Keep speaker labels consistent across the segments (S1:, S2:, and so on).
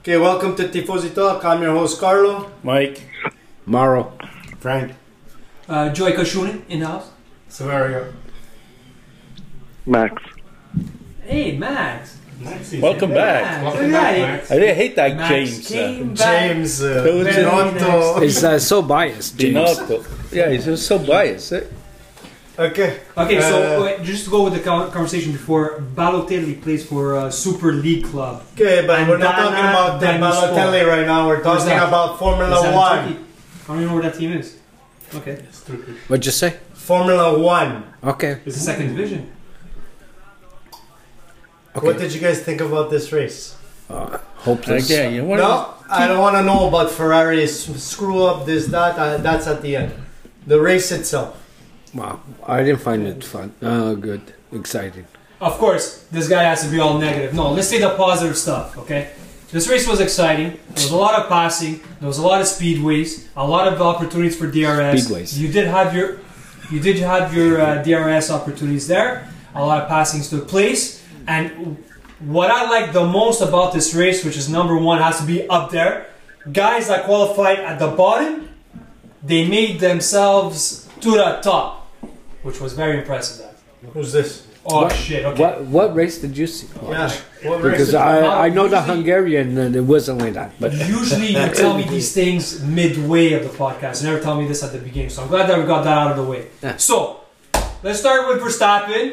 S1: Okay, welcome to Tifosi Talk. I'm your host, Carlo.
S2: Mike.
S3: Morrow.
S1: Frank.
S4: Uh, Joy Koshunin in house.
S1: Severio.
S5: Max.
S4: Hey, Max.
S2: Welcome back.
S4: Max. Look at that.
S2: I really hate that
S4: Max
S2: James. Uh,
S4: came back.
S1: James uh,
S2: Who's it?
S1: Benotto.
S3: It's uh, so biased, James.
S2: Binotto. Yeah, he's just so biased. eh?
S1: Okay.
S4: Okay, so
S1: Uh,
S4: wait, just to go with the con- conversation before, Balotelli plays for uh, Super League club.
S1: Okay, but we're not
S4: Bandana,
S1: talking about the
S4: Daniel Sport.
S1: Balotelli right now. We're
S4: Who's
S1: talking
S4: that?
S1: about
S4: Is
S1: Formula
S4: that
S1: One.
S4: Turkey? I don't even know what that team is. Okay,
S3: What'd you say?
S1: Formula One.
S3: Okay.
S4: it's the second division.
S3: Okay.
S1: What did you guys think about this race?
S3: Hopeless.
S2: Again, you want
S1: No, I don't want to know about Ferrari's screw up, this, that. Uh, that's at the end. The race itself.
S3: Wow. I didn't find it fun. Uh, good. Exciting.
S4: Of course, this guy has to be all negative. No, let's say the positive stuff, okay? This race was exciting. There was a lot of passing. There was a lot of speedways. A lot of opportunities for DRS.
S3: Speedways.
S4: You did have your, you did have your uh, DRS opportunities there. A lot of passings took place. And what I like the most about this race, which is number one, has to be up there. Guys that qualified at the bottom, they made themselves to the top, which was very impressive. That.
S1: Who's this?
S4: Oh
S3: What-
S4: shit! Okay.
S3: What What race did you see?
S1: Yeah. What race?
S3: Because
S1: is it?
S3: I, I know the Hungarian and it wasn't like that. But
S4: Usually you tell me these things midway of the podcast. You never tell me this at the beginning. So I'm glad that we got that out of the way.
S3: Yeah.
S4: So let's start with Verstappen,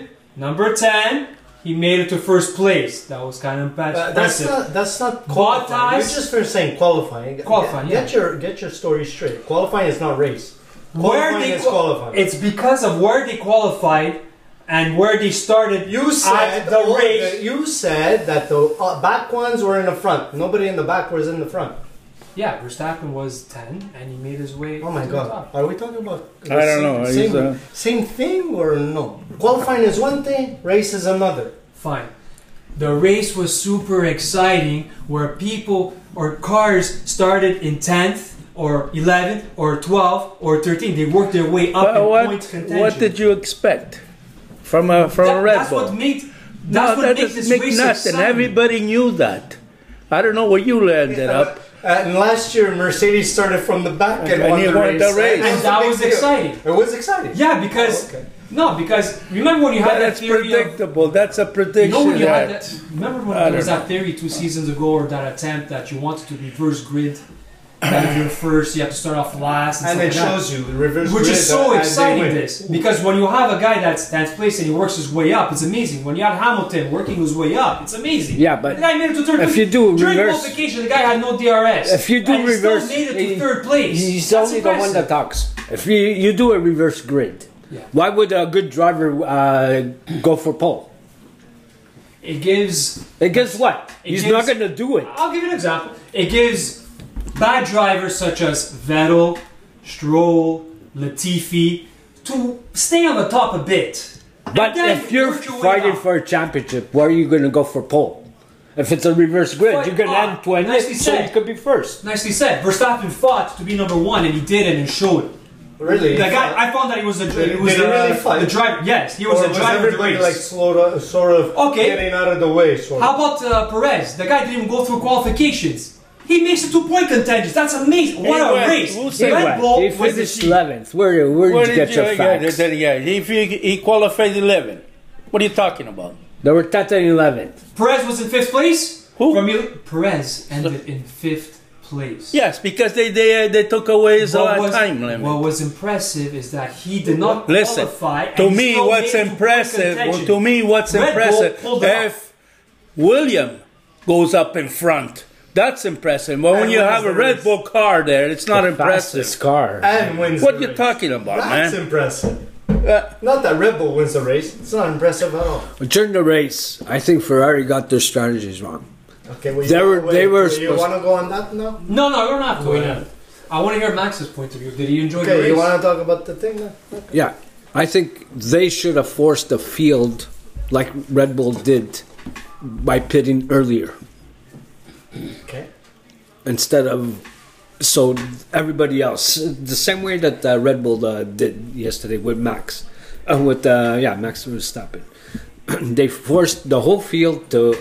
S4: number 10. He made it to first place. That was kind of
S1: Uh, that's
S4: impressive.
S1: not that's not qualifying. You're
S4: Bottas-
S1: just for saying qualifying.
S4: Qualifying,
S1: Get, get your get your story straight. Qualifying is not race.
S4: where
S1: Qualifying
S4: they
S1: is
S4: qua-
S1: qualifying.
S4: It's because of where they qualified and where they started
S1: you said
S4: at the
S1: oh,
S4: race.
S1: You said that the uh, back ones were in the front. Nobody in the back was in the front.
S4: Yeah, Verstappen was 10 and he made his way
S1: Oh my
S4: to the
S1: god!
S4: top.
S1: Are we talking about?
S2: I don't know. He's,
S1: Same,
S2: uh,
S1: same thing or no? Qualifying is one thing. Race is another.
S4: Fine. The race was super exciting where people or cars started in 10th or 11th or 12th or 13th. They worked their way up
S2: But
S4: in
S2: what,
S4: point contention.
S2: what did you expect from a from
S4: That-
S2: a Red
S4: that's
S2: Bull?
S4: What made, that's
S2: no,
S4: what made
S2: that
S4: this
S2: doesn't make
S4: race
S2: nothing.
S4: exciting.
S2: Everybody knew that. I don't know where you landed up.
S1: Uh, and last year, Mercedes started from the back and,
S2: And
S1: won,
S2: he
S1: the
S2: won
S1: race.
S2: the race.
S1: That's
S4: And that
S1: a big
S4: was
S1: deal.
S4: exciting.
S1: It was exciting.
S4: Yeah, because
S1: Okay.
S4: no, because remember when you
S2: But
S4: had that
S2: that's
S4: theory of
S2: predictable. That's a prediction.
S4: No, when you had
S2: that-
S4: that, remember when
S2: I
S4: there was
S2: don't
S4: that theory two seasons ago, or that attempt that you wanted to reverse grid, that if you're first, you have to start off last, and,
S1: And
S4: stuff
S1: it
S4: like that.
S1: shows you the reverse.
S4: Which
S1: grid
S4: is so
S1: that- and they
S4: exciting,
S1: win.
S4: this. Because when you have a guy that's that's placed and he works his way up, it's amazing. When you have Hamilton working his way up, it's amazing.
S3: Yeah, but
S4: the guy made it to third
S3: if
S4: place.
S3: you do
S4: During
S3: reverse-
S4: qualification, the guy had no DRS.
S3: If you do
S4: and he
S3: reverse,
S4: still made it to
S3: he-
S4: third place.
S3: he's
S4: That's
S3: only the one
S4: impressive.
S3: that talks. If you, you do a reverse grid,
S4: Yeah.
S3: why would a good driver uh, go for pole?
S4: It gives
S3: And guess what?
S4: It
S3: He's
S4: gives-
S3: not going to do it.
S4: I'll give you an example. It gives bad drivers such as Vettel, Stroll, Latifi to stay on the top a bit.
S3: But if you're fighting for a championship, where are you going to go for pole? If it's a reverse grid,
S4: Fight
S3: you're going to
S4: on.
S3: end 20,
S4: Nicely
S3: so
S4: said.
S3: you could be first.
S4: Nicely said. Verstappen fought to be number one, and he did it and showed it.
S1: Really?
S4: The guy, I found that he was the
S1: Did-
S4: he was
S1: did he
S4: the,
S1: really fight?
S4: the driver. Yes, he was
S1: or
S4: the driver of the
S1: everybody
S4: race.
S1: like slow, sort of
S4: Okay.
S1: getting out of the way? Sort
S4: How
S1: of.
S4: about uh, Perez? The guy didn't even go through qualifications. He makes it two point contenders. That's amazing. What a
S2: went.
S4: race!
S2: We'll
S3: He
S2: say
S4: Red
S3: went.
S4: Bull
S3: He
S4: was the
S3: finished
S4: sheep.
S3: 11th. Where, where
S2: Where
S3: did you get your
S2: yeah,
S3: facts?
S2: then, yeah, if he, he qualified 11, what are you talking about?
S3: They were 10th and 11th.
S4: Perez was in fifth place.
S2: Who?
S4: From you- Perez ended in fifth place.
S2: Yes, because they they, uh, they took away his uh, time limit.
S4: what was impressive is that he did not
S2: Listen,
S4: qualify. and
S2: to
S4: he
S2: me,
S4: still
S2: what's
S4: made it
S2: impressive,
S4: To
S2: to me, what's
S4: Red Bull
S2: impressive,
S4: pulled it off.
S2: if William goes up in front, that's impressive. But when
S1: And
S2: you
S1: wins
S2: have
S1: the
S2: a Red
S1: race.
S2: Bull car there, it's not impressive.
S3: Fastest car.
S1: and wins.
S2: What
S1: the
S2: you
S1: race.
S2: talking about,
S1: That's
S2: man?
S1: impressive.
S2: Uh,
S1: Not that Red Bull wins the race. It's not impressive at all.
S3: During the race, I think Ferrari got their strategies wrong.
S1: Okay, well,
S3: They
S1: you,
S3: were-
S1: wait,
S3: they were
S1: You
S3: supposed-
S1: want to go on that now?
S4: No, no, you're not doing
S1: Why
S4: that. I want to hear Max's point of view. Did he enjoy the
S1: Okay,
S4: race?
S1: you want to talk about the thing now?
S3: Yeah, I think they should have forced the field like Red Bull did by pitting earlier
S1: Okay.
S3: instead of so everybody else the same way that uh, Red Bull uh, did yesterday with Max uh, with uh, yeah Max was stopping. they forced the whole field to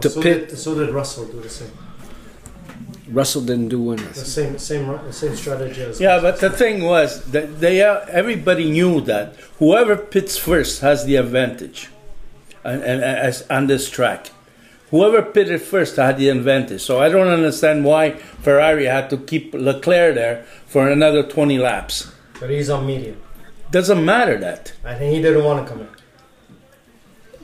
S3: to
S1: so
S3: pit.
S1: Did, so did Russell do the same?
S3: Russell didn't do
S1: The
S3: anything.
S1: same, same, ru- same strategy as.
S5: Yeah, but the thing was that they are, everybody knew that whoever pits first has the advantage, and, and as on this track, whoever pitted first had the advantage. So I don't understand why Ferrari had to keep Leclerc there for another 20 laps.
S1: But he's on medium.
S5: Doesn't matter that.
S1: I think he didn't want to come in.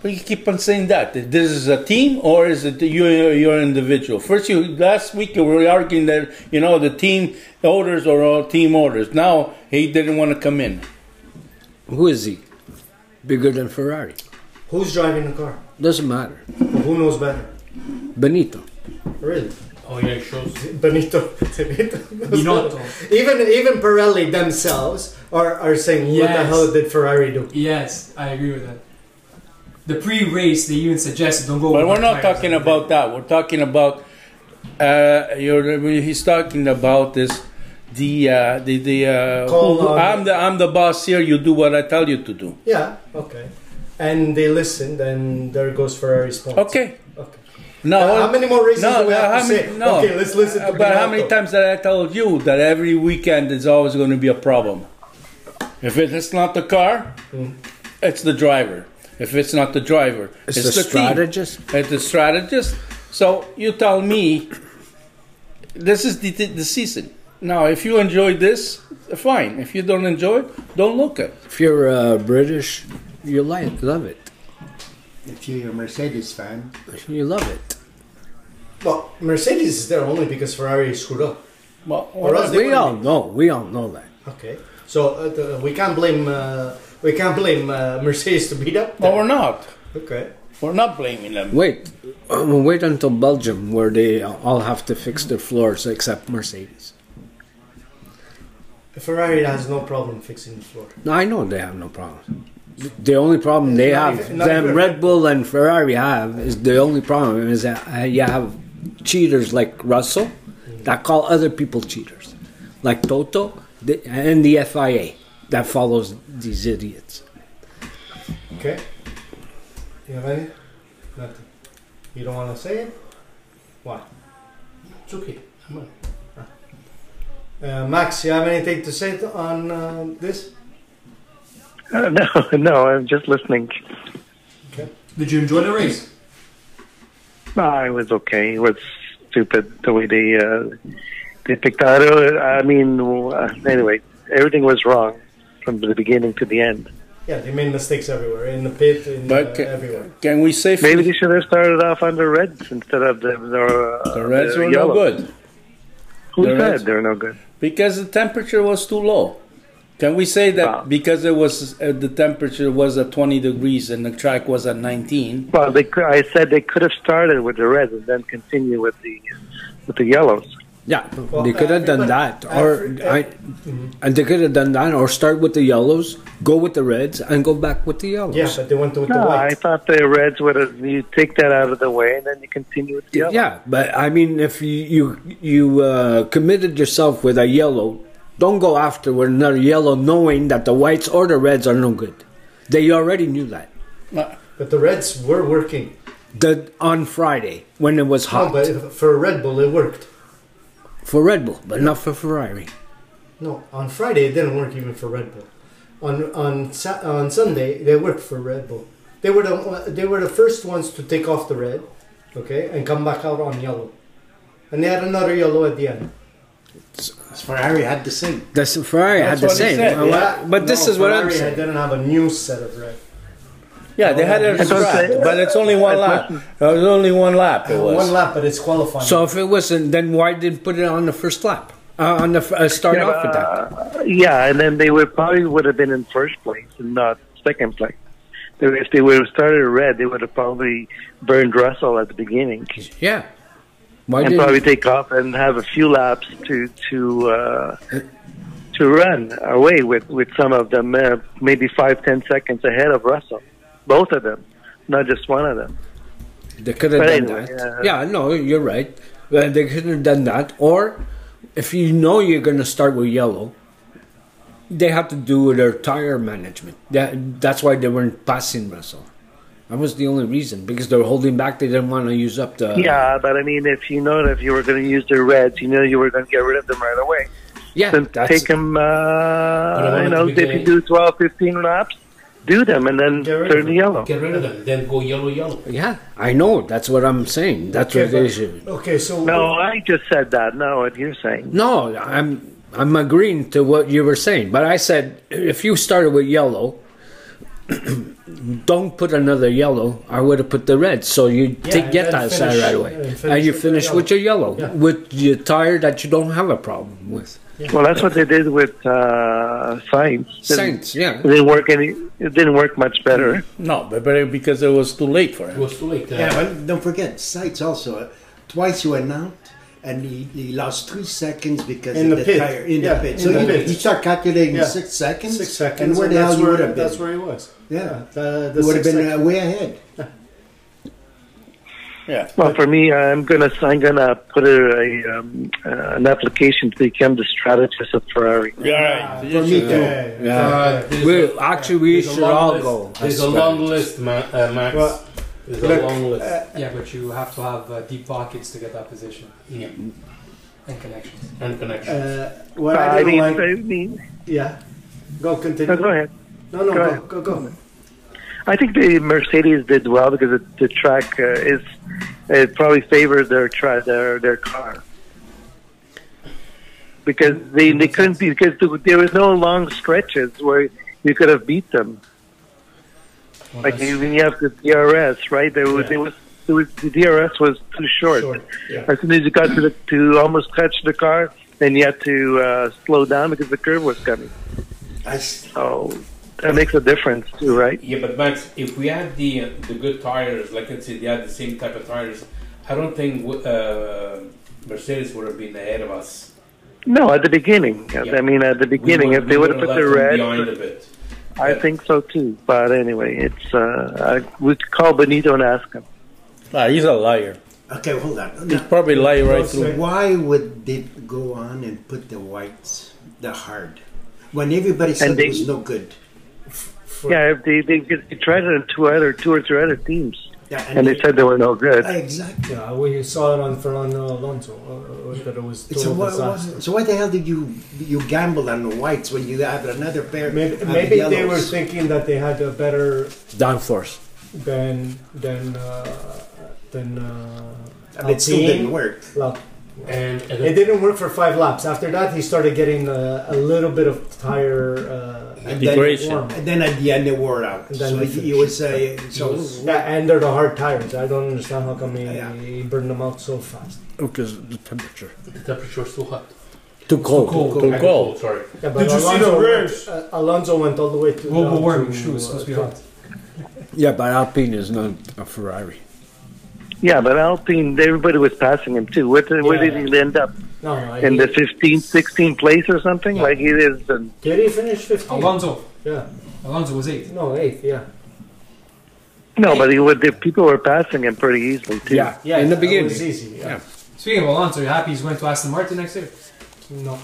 S5: But you keep on saying that this is a team or is it you your individual? First, you last week you were arguing that you know the team orders or all team orders. Now he didn't want to come in.
S3: Who is he? Bigger than Ferrari.
S1: Who's driving the car?
S3: Doesn't matter.
S1: Who knows better?
S3: Benito.
S1: Really?
S6: Oh yeah, it shows.
S1: Benito, Benito. knows
S4: Binotto.
S1: better. Even even Pirelli themselves are, are saying, what the
S4: Yes.
S1: hell did Ferrari do?
S4: Yes, I agree with that. The pre-race, they even suggested don't go.
S5: But
S4: with
S5: we're not
S4: hard tires.
S5: talking about that. We're talking about uh, you're, he's talking about this the uh, the the uh,
S1: Call
S5: who-
S1: on-
S5: I'm the I'm the boss here. You do what I tell you to do.
S1: Yeah, okay. And they listened, and there goes Ferrari's point.
S5: Okay.
S1: Okay.
S5: No.
S1: Uh, how many more races do we have
S5: how
S1: to
S5: many-
S1: say?
S5: no.
S1: Okay, let's listen to
S5: Uh, But how many
S1: Binotto.
S5: times did I tell you that every weekend is always going to be a problem? If it's not the car,
S1: Hmm.
S5: it's the driver. If it's not the driver,
S3: It's
S5: it's,
S3: the
S5: the,
S3: strategist.
S5: Team. It's the strategist. So you tell me, this is the, the, the season. Now, if you enjoy this, fine. If you don't enjoy it, don't look at. it.
S3: If you're uh, British, you like love it.
S7: If you're a Mercedes fan,
S3: You love it.
S1: Well, Mercedes is there only because Ferrari screwed up.
S5: Well,
S1: Or else they
S3: We
S1: wouldn't
S3: all
S1: be.
S3: know. We all know that.
S1: Okay, so uh, the, we can't blame uh, we can't blame uh, Mercedes to beat up.
S5: but
S1: them.
S5: we're not.
S1: Okay,
S5: We're not blaming them.
S3: Wait, um, wait until Belgium, where they all have to fix their floors except Mercedes.
S1: Ferrari has no problem fixing the floor.
S3: No, I know they have no problem. The only problem they
S1: Not
S3: have,
S1: even- not
S3: them
S1: even-
S3: Red Bull and Ferrari have, is the only problem is that uh, you have cheaters like Russell that call other people cheaters, like Toto the, and the FIA that follows these idiots.
S1: Okay, you have any? Nothing. You don't want to say it? Why? It's okay. Come on. Uh, Max, you have anything to say to, on uh, this?
S8: Uh, no, no, I'm just listening.
S4: Did you enjoy the race?
S8: No, it was okay. It was stupid the way they uh, they picked out. I mean, uh, anyway, everything was wrong from the beginning to the end.
S1: Yeah, they made mistakes everywhere in the pit, in uh,
S5: But ca-
S1: everywhere.
S5: Can we say
S8: Maybe they should have started off on the reds instead of the the, uh,
S5: the Reds
S8: the
S5: were no
S8: yellow.
S5: good?
S8: Who
S5: The
S8: said
S5: Reds-
S8: they're no good?
S5: because the temperature was too low. Can we say that
S8: Wow.
S5: because it was uh, the temperature was at 20 degrees and the track was at 19?
S8: Well, they cou- I said they could have started with the reds and then continue with the with the yellows.
S3: Yeah,
S1: Well,
S3: they could have done
S1: everybody-
S3: that, or
S1: every-
S3: I, and they could have done that, or start with the yellows, go with the reds, and go back with the yellows.
S1: Yeah, but they went with the
S8: No, I
S1: white.
S8: thought the reds would have you take that out of the way and then you continue with the yellows.
S3: Yeah, but I mean, if you you, you uh, committed yourself with a yellow, don't go after with another yellow, knowing that the whites or the reds are no good. They already knew that.
S1: But the Reds were working.
S3: The on Friday when it was
S1: No,
S3: hot
S1: but for Red Bull, it worked.
S3: for Red Bull, but not for Ferrari.
S1: No, on Friday it didn't work even for Red Bull. On on Sa- on Sunday they worked for Red Bull. They were the they were the first ones to take off the red, okay, and come back out on yellow, and they had another yellow at the end.
S7: Ferrari had the same.
S3: The s- Ferrari
S5: That's
S3: had the
S5: what he
S3: same.
S5: said,
S3: Uh, But this
S1: No,
S3: is what I'm
S1: Ferrari
S3: saying.
S1: didn't have a new set of red.
S5: Yeah, they had a
S8: It's also-
S5: track, but it's only one lap. It was only one lap. It was.
S1: Uh, One lap, but it's qualifying.
S3: So if it wasn't, then why didn't put it on the first lap? Uh, on the f- uh, start
S8: Yeah,
S3: off with that.
S8: but, uh, yeah, and then they would probably would have been in first place and not second place. They- If they would have started red, they would have probably burned Russell at the beginning
S3: Yeah. Why
S8: and
S3: didn't?
S8: probably take off and have a few laps to to uh, to run away with with some of them, uh, maybe five ten seconds ahead of Russell, both of them, not just one of them.
S3: They could have
S8: But
S3: done
S8: anyway,
S3: that.
S8: yeah.
S3: Yeah, no, you're right. Well, they could have done that. Or if you know you're going to start with yellow, they have to do their tire management. That, that's why they weren't passing Russell. That was the only reason because they were holding back. They didn't want to use up the.
S8: yeah, but I mean, if you know that if you were going to use the reds, you know you were going to get rid of them right away.
S3: yeah.
S8: Then
S3: That's,
S8: take them, uh,
S5: them
S8: you
S5: at
S8: know,
S5: the
S8: if you
S5: beginning.
S8: do 12, 15 laps, do them and then
S1: Get rid of
S8: turn
S1: them.
S8: yellow.
S5: Get rid of them, then go yellow, yellow.
S3: yeah, I know. That's what I'm saying. That's what they should.
S1: Okay, so
S8: No, I just said that. No, what you're saying.
S3: No, I'm I'm agreeing to what you were saying, but I said if you started with yellow, don't put another yellow. I would have put the red, so you take,
S1: and
S3: get
S1: then
S3: that side
S1: finish-
S3: right away,
S1: and
S3: and,
S1: finish
S3: you
S1: with the
S3: finish with your yellow,
S1: Yeah.
S3: with your tire that you don't have a problem with.
S8: Well, that's what they did with uh, science.
S3: Saints, yeah.
S8: It didn't work any. It didn't work much better.
S2: No, but but because it was too late for
S5: It
S2: him.
S5: was too late. Uh,
S9: Yeah, but don't forget, sites also. uh, Twice he went out and he, he lost three seconds because
S1: In
S9: of
S1: the
S9: the
S1: pit.
S9: tire in
S1: Yeah,
S9: the pit.
S1: in
S9: So
S1: the
S9: you,
S1: pit.
S9: you start calculating
S1: Yeah.
S9: six seconds.
S1: six seconds,
S9: And where the
S1: that's
S9: hell you would have been?
S1: That's where he was.
S9: yeah.
S1: The, the
S9: You would have
S1: six
S9: been uh,
S1: seconds.
S9: way ahead.
S2: Yeah.
S8: Well, for me, I'm gonna I'm gonna put a, a um, uh, an application to become the strategist of Ferrari.
S2: Yeah,
S1: for
S2: right.
S9: me too.
S1: Yeah, yeah, uh, yeah.
S5: Uh, there's
S3: We
S5: a-
S3: actually we
S5: there's a
S3: should
S5: long
S3: all
S5: list.
S3: go.
S5: There's a
S3: as
S5: long
S3: friends.
S5: list, Ma- uh, Max.
S1: Well,
S5: There's
S1: look, uh,
S5: a long list.
S4: Yeah, but you have to have uh, deep pockets to get that position
S5: yeah.
S4: and connections.
S5: And connection.
S1: Uh, what I
S8: I
S1: didn't
S8: mean,
S1: like,
S8: I mean,
S1: yeah. Go continue.
S8: no, go ahead.
S1: No, no,
S8: Go
S1: go,
S8: ahead.
S1: go, go.
S8: I think the Mercedes did well because it, the track uh, is it probably favored their tra- their their car because they they couldn't be because there was no long stretches where you could have beat them. Like when you have the DRS, right? There was, there was there was the DRS was too short.
S1: Short, yeah.
S8: As soon as you got to the, to almost touch the car, then you had to uh, slow down because the curve was coming.
S9: I s-
S8: So that makes a difference too, right?
S5: Yeah, but Max, if we had the the good tires, like I said, they had the same type of tires, I don't think uh, Mercedes would have been ahead of us.
S8: No, at the beginning.
S5: Yeah.
S8: I mean, at the beginning,
S5: would-
S8: if they would have
S5: would
S8: put the
S5: left them
S8: red,
S5: behind a bit.
S8: I think so too. But anyway, it's uh, I would call Benito and ask him.
S2: Ah, he's a liar.
S9: okay, hold on.
S2: He's
S9: Now,
S2: probably lying right through.
S9: why would they go on and put the whites, the hard, when everybody said
S8: And they-
S9: it was no good?
S8: Yeah, if they they, they tried it on two other two or three other teams,
S9: Yeah, Ah,
S8: and they said they were no good.
S9: exactly.
S1: Yeah, we saw it on Fernando Alonso, uh, uh, that it was
S9: So
S1: total
S9: why, why,
S1: disaster.
S9: so why the hell did you you gamble on the whites when you have another pair?
S1: Maybe,
S9: of
S1: maybe they were
S9: yellows?
S1: thinking that they had a better
S3: Downforce.
S1: than than uh, than. Uh,
S9: and it still
S1: Alpine.
S9: didn't work.
S1: Well,
S5: And, and
S1: It didn't work for five laps. After that, he started getting a, a little bit of tire uh,
S9: And
S2: Degradation.
S9: then, and then at the end it wore out.
S1: And then
S9: so
S1: they
S9: you,
S1: finished.
S9: would say so.
S1: that under the hard tires. I don't understand how come he,
S9: Yeah.
S1: he burned them out so fast.
S3: Because the temperature.
S5: the temperature was too hot.
S3: Too cold.
S4: cold.
S2: Too
S5: Oh,
S2: cold.
S5: sorry.
S1: Yeah,
S4: Did you see the race?
S1: Went, uh, Alonso went all the way to
S4: Global
S1: down
S4: warming,
S1: to,
S4: sure, it's
S1: uh,
S4: supposed to be hot.
S3: Yeah, but Alpine is not a Ferrari.
S8: Yeah, but Alpine, everybody was passing him too. Where, did- where
S1: Yeah.
S8: did he end up?
S1: No, no,
S8: In
S1: he-
S8: the 15th, 16th place or something? Like he is. And,
S1: did he finish 15?
S4: Alonso.
S1: Yeah,
S4: Alonso was eight.
S1: no, eighth. Yeah,
S8: no, but he would. The people were passing him pretty easily too.
S3: Yeah,
S1: yeah.
S3: in the
S1: it
S3: beginning.
S1: was easy. Yeah.
S4: Speaking of Alonso, you happy he's going to Aston Martin next year?
S1: No,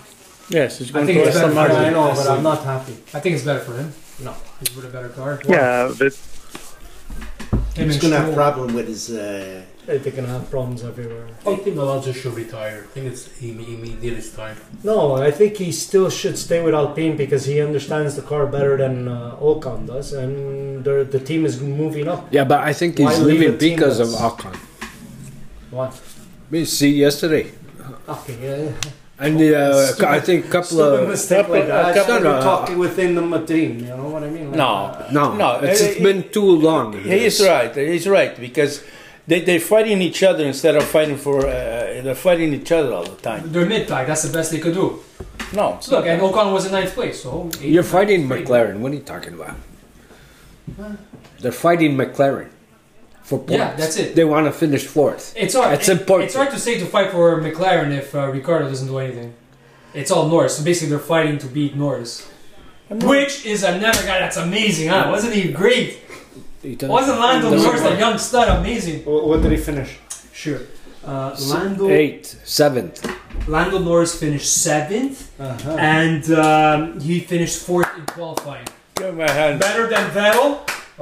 S2: Yes, he's
S4: I
S2: going
S4: think
S2: to
S4: it's
S2: Aston
S4: better for
S2: Martin.
S1: I know, but
S4: Aston.
S1: I'm not happy.
S4: I think it's better for him.
S1: No.
S4: He's with a better car.
S8: Yeah, but
S4: Him
S9: He's
S4: and
S9: gonna
S4: Stroll.
S9: have a problem with his. Uh,
S1: They're gonna have problems everywhere.
S5: I think Alonso should retire. I think it's he, he, he did his time.
S1: No, I think he still should stay with Alpine because he understands the car better than uh, Ocon does, and the the team is moving up.
S3: Yeah, but I think
S1: Why
S3: he's
S1: leave
S3: leaving
S1: a team
S3: because of
S1: that's-
S3: Alcon.
S1: One.
S3: We see yesterday.
S1: Okay, yeah.
S3: And uh, I think a couple
S1: Stupid
S3: of
S1: mistake like that.
S3: couple-
S1: Shouldn't
S3: no, no.
S1: talk within the team. You know what I mean? Like,
S2: No,
S3: No,
S2: No,
S3: it's,
S2: uh,
S3: it's been too long.
S2: he is right. He's right because they they fighting each other instead of fighting for. Uh, they're fighting each other all the time.
S4: They're mid pack. That's the best they could do.
S2: No, it's
S4: So look,
S2: not-
S4: and Ocon was in ninth place. So eight.
S3: You're fighting McLaren. What are you talking about? They're fighting McLaren for points.
S4: Yeah, that's it.
S3: They want to finish fourth.
S4: It's hard.
S3: It's important.
S4: It's hard to say to fight for McLaren if uh, Ricardo doesn't do anything. It's all Norris. So basically, they're fighting to beat Norris, which is another guy that's amazing, huh? Wasn't he great?
S3: He doesn't-
S4: Wasn't Lando
S3: doesn't
S4: Norris,
S3: work.
S4: that young stud, amazing?
S1: Wh- What did he finish?
S4: Sure. Uh, Lando
S3: Eighth, seventh.
S4: Lando Norris finished seventh,
S1: Uh-huh.
S4: and um, he finished fourth in qualifying.
S2: Give him a hand.
S4: Better than Vettel,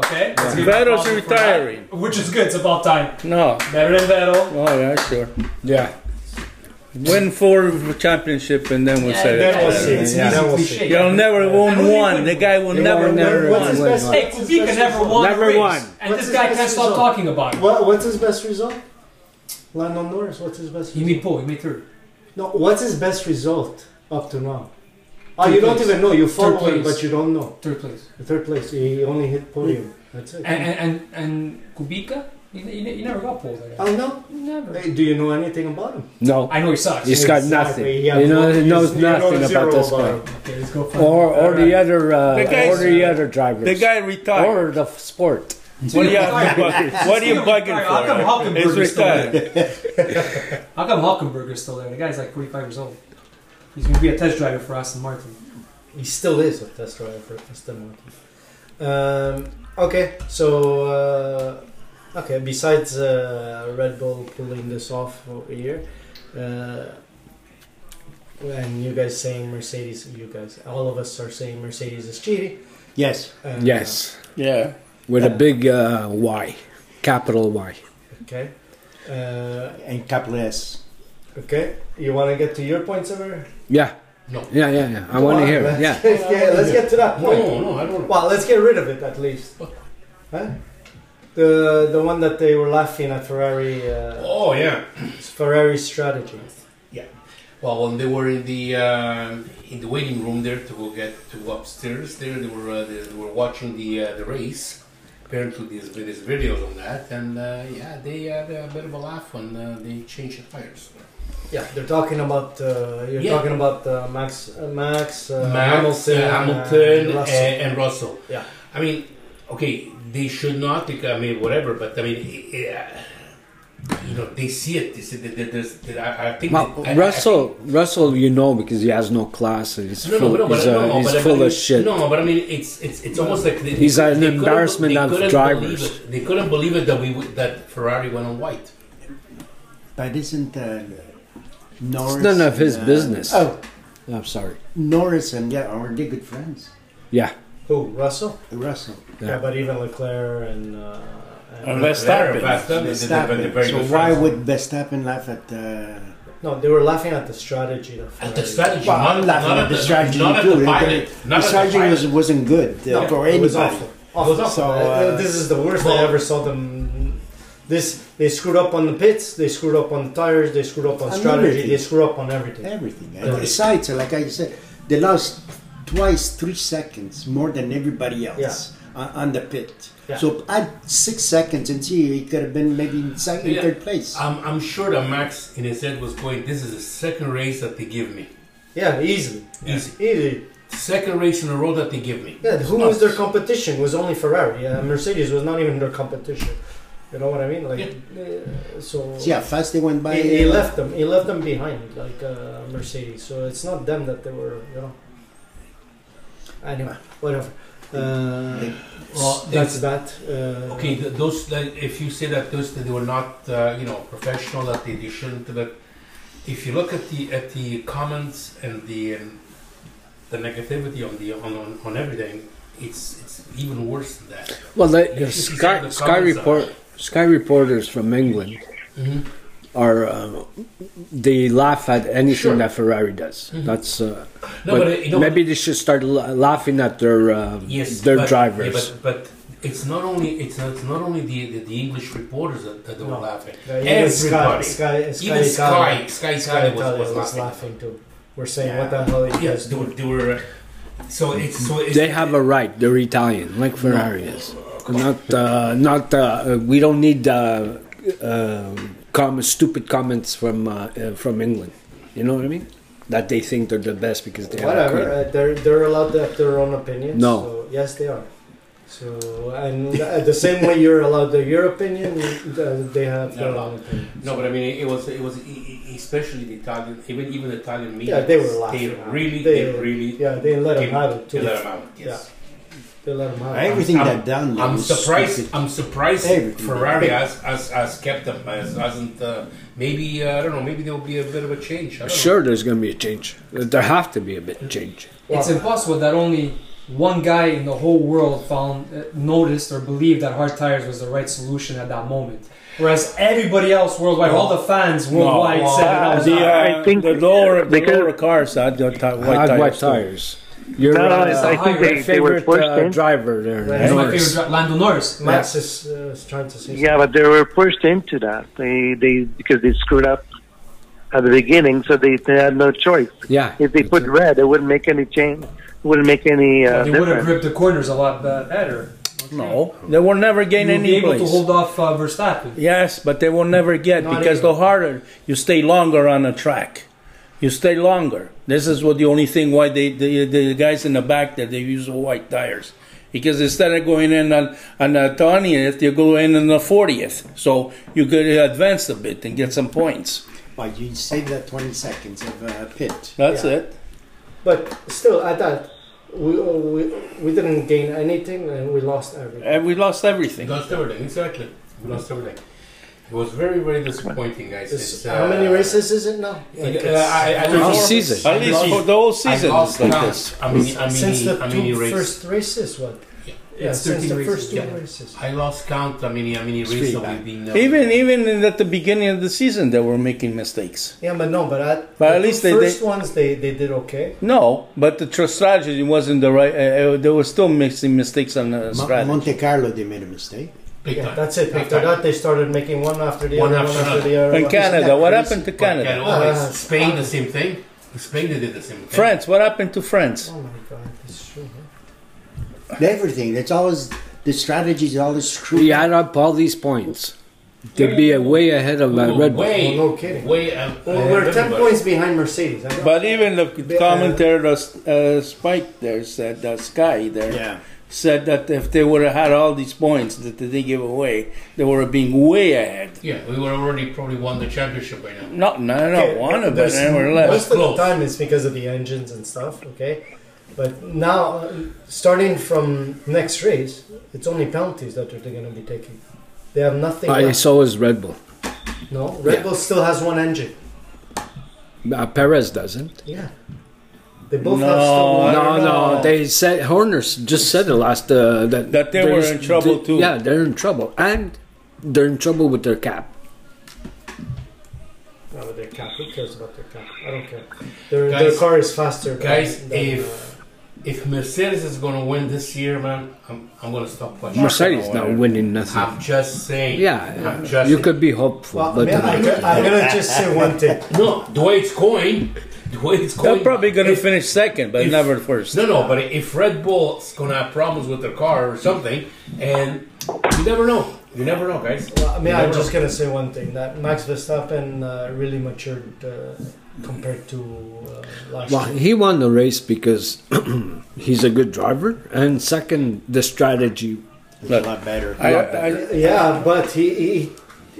S4: Okay? Let's give him
S2: Vettel's
S4: applause for that,
S2: retiring.
S4: Which is good. It's about time.
S2: No.
S4: Better than Vettel.
S2: Oh yeah, sure.
S3: Yeah.
S2: Win four championship and then we'll say
S1: then
S2: that.
S1: we'll see.
S4: It's an
S1: Yeah.
S4: easy
S1: That was
S4: cliche.
S1: it.
S2: You'll never
S4: I don't
S2: win
S4: think
S2: one.
S4: we-
S2: The guy will
S3: They
S2: never
S3: will never
S2: win
S1: What's his
S2: one.
S1: best?
S4: Hey, Kubica never won
S3: Never
S4: a race,
S3: won.
S4: and
S1: What's
S4: this
S1: his
S4: guy
S1: best
S4: can't stop
S1: result?
S4: talking about it.
S1: What, what's his best result? Lando Norris. What's his best?
S4: He
S1: result?
S4: made pole. He made third.
S1: No. What's his best result up to now? Oh,
S4: Third
S1: you don't
S4: place.
S1: even know. You follow
S4: Third
S1: him,
S4: place.
S1: but you don't know.
S4: Third place.
S1: The third place. He only hit podium. That's it.
S4: And and and, and Kubica, he, he, he never got pole. That guy.
S1: oh no.
S4: Never.
S1: Hey, do you know anything about him?
S3: No.
S4: I know he sucks.
S3: He's got
S1: Exactly.
S3: nothing.
S1: Yeah,
S3: you know,
S1: no,
S3: he knows
S1: he's- you know
S3: nothing
S1: zero
S3: about this
S1: about
S3: guy.
S1: him.
S4: Okay, let's go for it.
S3: Or, or the other, uh,
S2: The
S3: or
S2: guy's-
S3: the other drivers.
S2: The guy retired.
S3: or the f- sport.
S2: What are you, bugging- what are you bugging
S4: How come
S2: for?
S4: Hulkenberg
S2: It's
S4: is still there?
S2: retired.
S4: How come Hulkenberg is still there? The guy's like 45 years old. He's going to be a test driver for Aston Martin.
S1: He still is a test driver for Aston Martin. Um, okay, so uh, okay. Besides uh, Red Bull pulling this off over here, uh, and you guys saying Mercedes, you guys, all of us are saying Mercedes is cheating.
S9: Yes.
S1: Uh,
S3: Yes,
S2: Yeah.
S3: with a big uh, Y, capital Y.
S1: Okay. Uh,
S9: And capital S.
S1: okay. You want to get to your points over?
S3: Yeah.
S5: No.
S3: Yeah, yeah, yeah. I want to hear. it. Yeah.
S1: yeah. Let's get to that point.
S5: No, no, I don't.
S1: Well, let's get rid of it at least. Huh? The the one that they were laughing at Ferrari uh,
S5: Oh yeah.
S1: Ferrari's strategy.
S5: Well, when they were in the uh, in the waiting room there to go get to go upstairs, there they were uh, they, they were watching the uh, the race. Apparently, there's, there's videos on that, and uh, yeah, they had a bit of a laugh when uh, they changed the tires.
S1: Yeah, they're talking about uh, you're
S5: Yeah.
S1: talking about uh, Max uh, Max, uh,
S5: Max,
S1: Hamilton,
S5: Hamilton, Hamilton
S1: uh,
S5: eh. and,
S1: Russell.
S5: and Russell.
S1: Yeah.
S5: I mean, okay, they should not. Take, I mean, whatever, but I mean, eh, eh, you know, they see it. They see that there- there's. there- I, I think
S3: Well,
S5: that- I- I-
S3: Russell, Russell, you know, because he has no class and he's
S5: No,
S3: full,
S5: no, no, but,
S3: he's,
S5: no,
S3: uh,
S5: no,
S3: he's
S5: but I
S3: full
S5: mean,
S3: of shit.
S5: No, but I mean, it's it's it's almost like they,
S3: He's an
S5: couldn't-
S3: embarrassment
S5: they
S3: of
S5: couldn't
S3: drivers.
S5: believe it. They couldn't believe it that we would- that Ferrari went on white.
S9: But isn't uh, Norris.
S3: It's none of his
S9: and, uh,
S3: business.
S9: Oh,
S3: I'm sorry.
S9: Norris and yeah, are they good friends?
S3: Yeah.
S1: Who Russell?
S9: Russell.
S1: Yeah.
S3: Yeah.
S1: but even Leclerc and. Uh, and
S2: Unless- Verstappen.
S5: Verstappen, they- they- they're
S9: Verstappen.
S5: very
S9: So
S5: good
S9: why
S5: friends.
S9: would Verstappen laugh at? Uh,
S1: no, they were laughing at the strategy of Ferrari.
S5: at the strategy?
S9: well,
S5: not,
S9: laughing
S5: not
S9: at the strategy
S5: Not at
S9: too. eh?
S5: the pilot. Not
S9: the strategy
S5: at the
S9: was,
S5: pilot.
S9: wasn't good uh,
S1: No,
S9: for
S1: it
S9: anybody.
S1: was awful. Awful.
S9: So,
S1: Uh,
S9: uh,
S1: this is the worst I
S5: well-
S1: ever saw them. This they screwed up on the pits, they screwed up on the tires, they screwed up on
S9: On
S1: strategy,
S9: everything.
S1: they screwed up on everything.
S9: Everything.
S1: Yeah.
S9: And besides, like I said, they lost twice three seconds more than everybody else on, on the pit.
S1: Yeah.
S9: So add six seconds and see, he could have been maybe in second,
S5: Yeah. Uh,
S9: third place.
S5: I'm, I'm sure that Max in his head was going, "This is the second race that they give me.
S1: Yeah, easily,
S5: Yeah.
S1: easy, easy.
S5: Second race in a row that they give me."
S1: Yeah, who was their competition? It was only Ferrari. Yeah, Mercedes was not even their competition. You know what I mean? Like, uh, so
S9: See how fast they went by.
S1: he, he
S9: uh,
S1: left them. He left them behind, like uh, Mercedes. So it's not them that they were, you know. Anyway, whatever. Uh,
S5: Well,
S1: that's that. Uh,
S5: Okay, th- those like, if you say that those that they were not uh, you know professional that they, they shouldn't that if you look at the at the comments and the um, the negativity on the on, on, on everything, it's it's even worse than that.
S3: Well, the,
S5: If you
S3: the
S5: see
S3: Sky
S5: the
S3: Sky
S5: comments
S3: report Sky reporters from England
S5: Mhm.
S3: Mm-hmm. are uh, they laugh at anything
S5: Sure. Mm-hmm.
S3: that Ferrari does. That's uh,
S5: No,
S3: but
S5: but, uh, you know-
S3: maybe they should start la- laughing at their um,
S5: Yes,
S3: their
S5: but,
S3: drivers.
S5: Yeah, but, but it's not only it's not, it's not only the, the, the English reporters that, that were
S1: No.
S5: laughing.
S1: Yeah, even Sky,
S5: Everybody,
S1: Sky, Sky,
S5: even Sky,
S1: Italia-
S5: Sky,
S1: Sky
S5: Sky was,
S1: Italia
S5: was,
S1: was
S5: laughing.
S1: laughing too. We're saying,
S9: Yeah.
S1: what the hell? Are you
S5: Yes,
S1: guys
S5: they were,
S1: doing?
S5: they were. uh, So it's so it's,
S3: they have a right. They're Italian, like Ferrari is. Not, uh, not. Uh, we don't need uh, uh, com- stupid comments from uh, uh, from England. You know what I mean? That they think they're the best because they
S1: Whatever.
S3: Have a
S1: Uh, they're they're allowed to have their own opinions.
S3: No.
S1: So, yes, they are. So and uh, the same way you're allowed to your opinion, uh, they have
S5: No,
S1: their
S5: no.
S1: own opinion.
S5: No, but I mean, it was it was e- e- especially the Italian, even even the Italian media.
S1: Yeah, they were laughing.
S5: They really,
S1: They-
S5: they, really.
S1: yeah, they let 'em
S5: came-
S1: have it, too.
S5: They let 'em have it, Yes.
S1: They let them out.
S9: everything
S5: I'm-
S9: that done. there
S5: I'm
S9: was
S5: surprised.
S9: stupid.
S5: I'm surprised.
S9: Everything.
S5: Ferrari has, has has kept them. Has, hasn't uh, maybe uh, I don't know. Maybe there will be a bit of a change. I don't
S3: Sure, there's going to be a change. There have to be a bit change.
S4: It's impossible that only one guy in the whole world found uh, noticed or believed that hard tires was the right solution at that moment. Whereas everybody else worldwide, all the fans worldwide
S2: No.
S4: said that was
S2: The,
S4: not-
S2: uh,
S8: I think-
S2: the lower, the
S8: because-
S2: lower cars had the ti- white
S3: Hard
S2: tires.
S3: white
S2: too.
S3: tires. Your
S8: No, no,
S3: uh,
S8: it's- I
S4: think
S8: they- they were
S3: favorite
S8: pushed
S3: uh,
S8: in.
S3: driver there.
S1: Right.
S4: That's my
S3: Norris.
S4: favorite dri- Lando Norris.
S1: Max is, uh, is trying to say something.
S8: Yeah, but they were pushed into that. They they because they screwed up at the beginning, so they, they had no choice.
S3: Yeah.
S8: If they put red, it wouldn't make any change. Wouldn't make any uh,
S4: They would have
S8: difference.
S4: gripped the corners a lot be- better.
S2: No, they will never gain
S4: You'd be
S2: any
S4: able to
S2: place.
S4: hold off uh, Verstappen.
S2: Yes, but they will never get
S1: Not
S2: because
S1: even.
S2: the harder you stay longer on a track, you stay longer. This is what the only thing why they the, the guys in the back that they use white tires because instead of going in on on the twentieth, you go in on the fortieth, so you could advance a bit and get some points.
S9: But you save that 20 seconds of uh, pit.
S2: That's
S1: Yeah.
S2: it.
S1: But still, at that, we, uh, we, we didn't gain anything and we lost everything.
S2: And we lost everything.
S5: Lost everything, exactly. We lost everything. It was very, very disappointing, guys.
S1: It's-
S5: It's,
S1: how
S5: uh,
S1: many races is it now?
S5: Uh,
S1: Like
S5: I,
S1: it's-
S5: I, I
S3: All
S5: lost-
S3: season.
S2: At least for the whole season
S5: I lost
S2: is like
S5: count.
S2: this.
S5: I mean, I mean,
S1: since the
S5: I mean,
S1: two
S5: race.
S1: first races, what?
S5: Yeah.
S1: Yeah,
S4: It's
S1: since
S4: 13
S1: the
S4: races,
S1: first two
S5: yeah.
S1: races.
S5: I lost count. I mean, I mean, race
S9: Straight
S5: that
S9: back.
S5: we've been. uh,
S2: Even even in- at the beginning of the season, they were making mistakes.
S1: Yeah, but no, but at,
S2: But
S1: the
S2: at least
S1: two
S2: they-
S1: first ones they, they did okay.
S2: No, but the tr- strategy wasn't the right. Uh, uh, they were still making mistakes on uh, the
S9: Mo-
S2: strategy.
S9: Monte Carlo, they made a mistake.
S5: big
S1: Yeah,
S5: time.
S1: that's it.
S5: Big
S1: After
S5: time.
S1: that, they started making one after the
S5: One
S1: other,
S5: after
S1: one after
S5: another.
S1: the other.
S2: And
S1: one-
S2: Canada,
S9: that
S2: what
S9: crazy?
S2: happened to
S5: Yeah,
S2: Canada?
S5: always.
S1: Ah,
S5: Spain, the same thing. Spain, they did the same thing.
S2: France, what happened to France?
S1: Oh my God, that's true. huh?
S9: Everything. It's always the strategies are always screwed.
S3: We add up all these points. They'd be uh, way ahead of uh,
S5: Ooh,
S3: Red Bull.
S5: way,
S1: Well, no kidding.
S5: Way out-
S1: Well,
S5: ahead
S1: we're
S5: of
S1: ten
S5: everybody.
S1: points behind Mercedes. I don't-
S2: But even the commentator, uh, Spike there said, uh, Sky there
S9: Yeah.
S2: said that if they would have had all these points that they gave away, they would have been way ahead.
S5: Yeah, we were already probably won the championship by now.
S2: Not, no, not
S1: Okay,
S2: one of them,
S1: there's-
S2: anywhere
S1: Most
S2: less.
S1: of the
S5: Close.
S1: time, it's because of the engines and stuff. Okay, but now uh, starting from next race, it's only penalties that they're going to be taking. They have nothing.
S3: Uh,
S1: left.
S3: so is Red Bull.
S1: No, Red
S3: Yeah.
S1: Bull still has one engine.
S3: Uh, Perez doesn't.
S1: Yeah, they both
S2: No,
S1: have still one.
S3: No, no,
S2: no.
S3: they said Horner s- just said it last uh, that
S2: That they
S3: there's-
S2: were in trouble too.
S3: Yeah, they're in trouble, and they're in trouble with their cap.
S1: No, but their cap. Who cares about their cap? I don't care. Their, their
S5: Guys-
S1: car is faster. than-
S5: Guys,
S1: than,
S5: if if Mercedes is gonna win this year, man, I'm, I'm gonna stop watching.
S3: Mercedes not winning nothing.
S5: I'm just saying.
S3: yeah,
S5: I'm just
S3: you could be hopeful,
S1: Well, I
S3: but uh,
S1: mean, I, am gonna just say one thing.
S5: No, the way it's going, the way it's going.
S2: They're probably going to
S5: if-
S2: finish second, but
S5: if-
S2: never first.
S5: No, no, but if Red Bull's gonna have problems with their car or something, and you never know. You never know, guys.
S1: Well, I mean,
S5: You
S1: I'm
S5: never
S1: just
S5: know.
S1: gonna say one thing that Max Verstappen uh, really matured uh, compared to uh, last
S3: well,
S1: year.
S3: he won the race because he's a good driver, and second, the strategy.
S9: It's
S2: Look,
S9: a lot better.
S2: I, I,
S1: Yeah, but he, he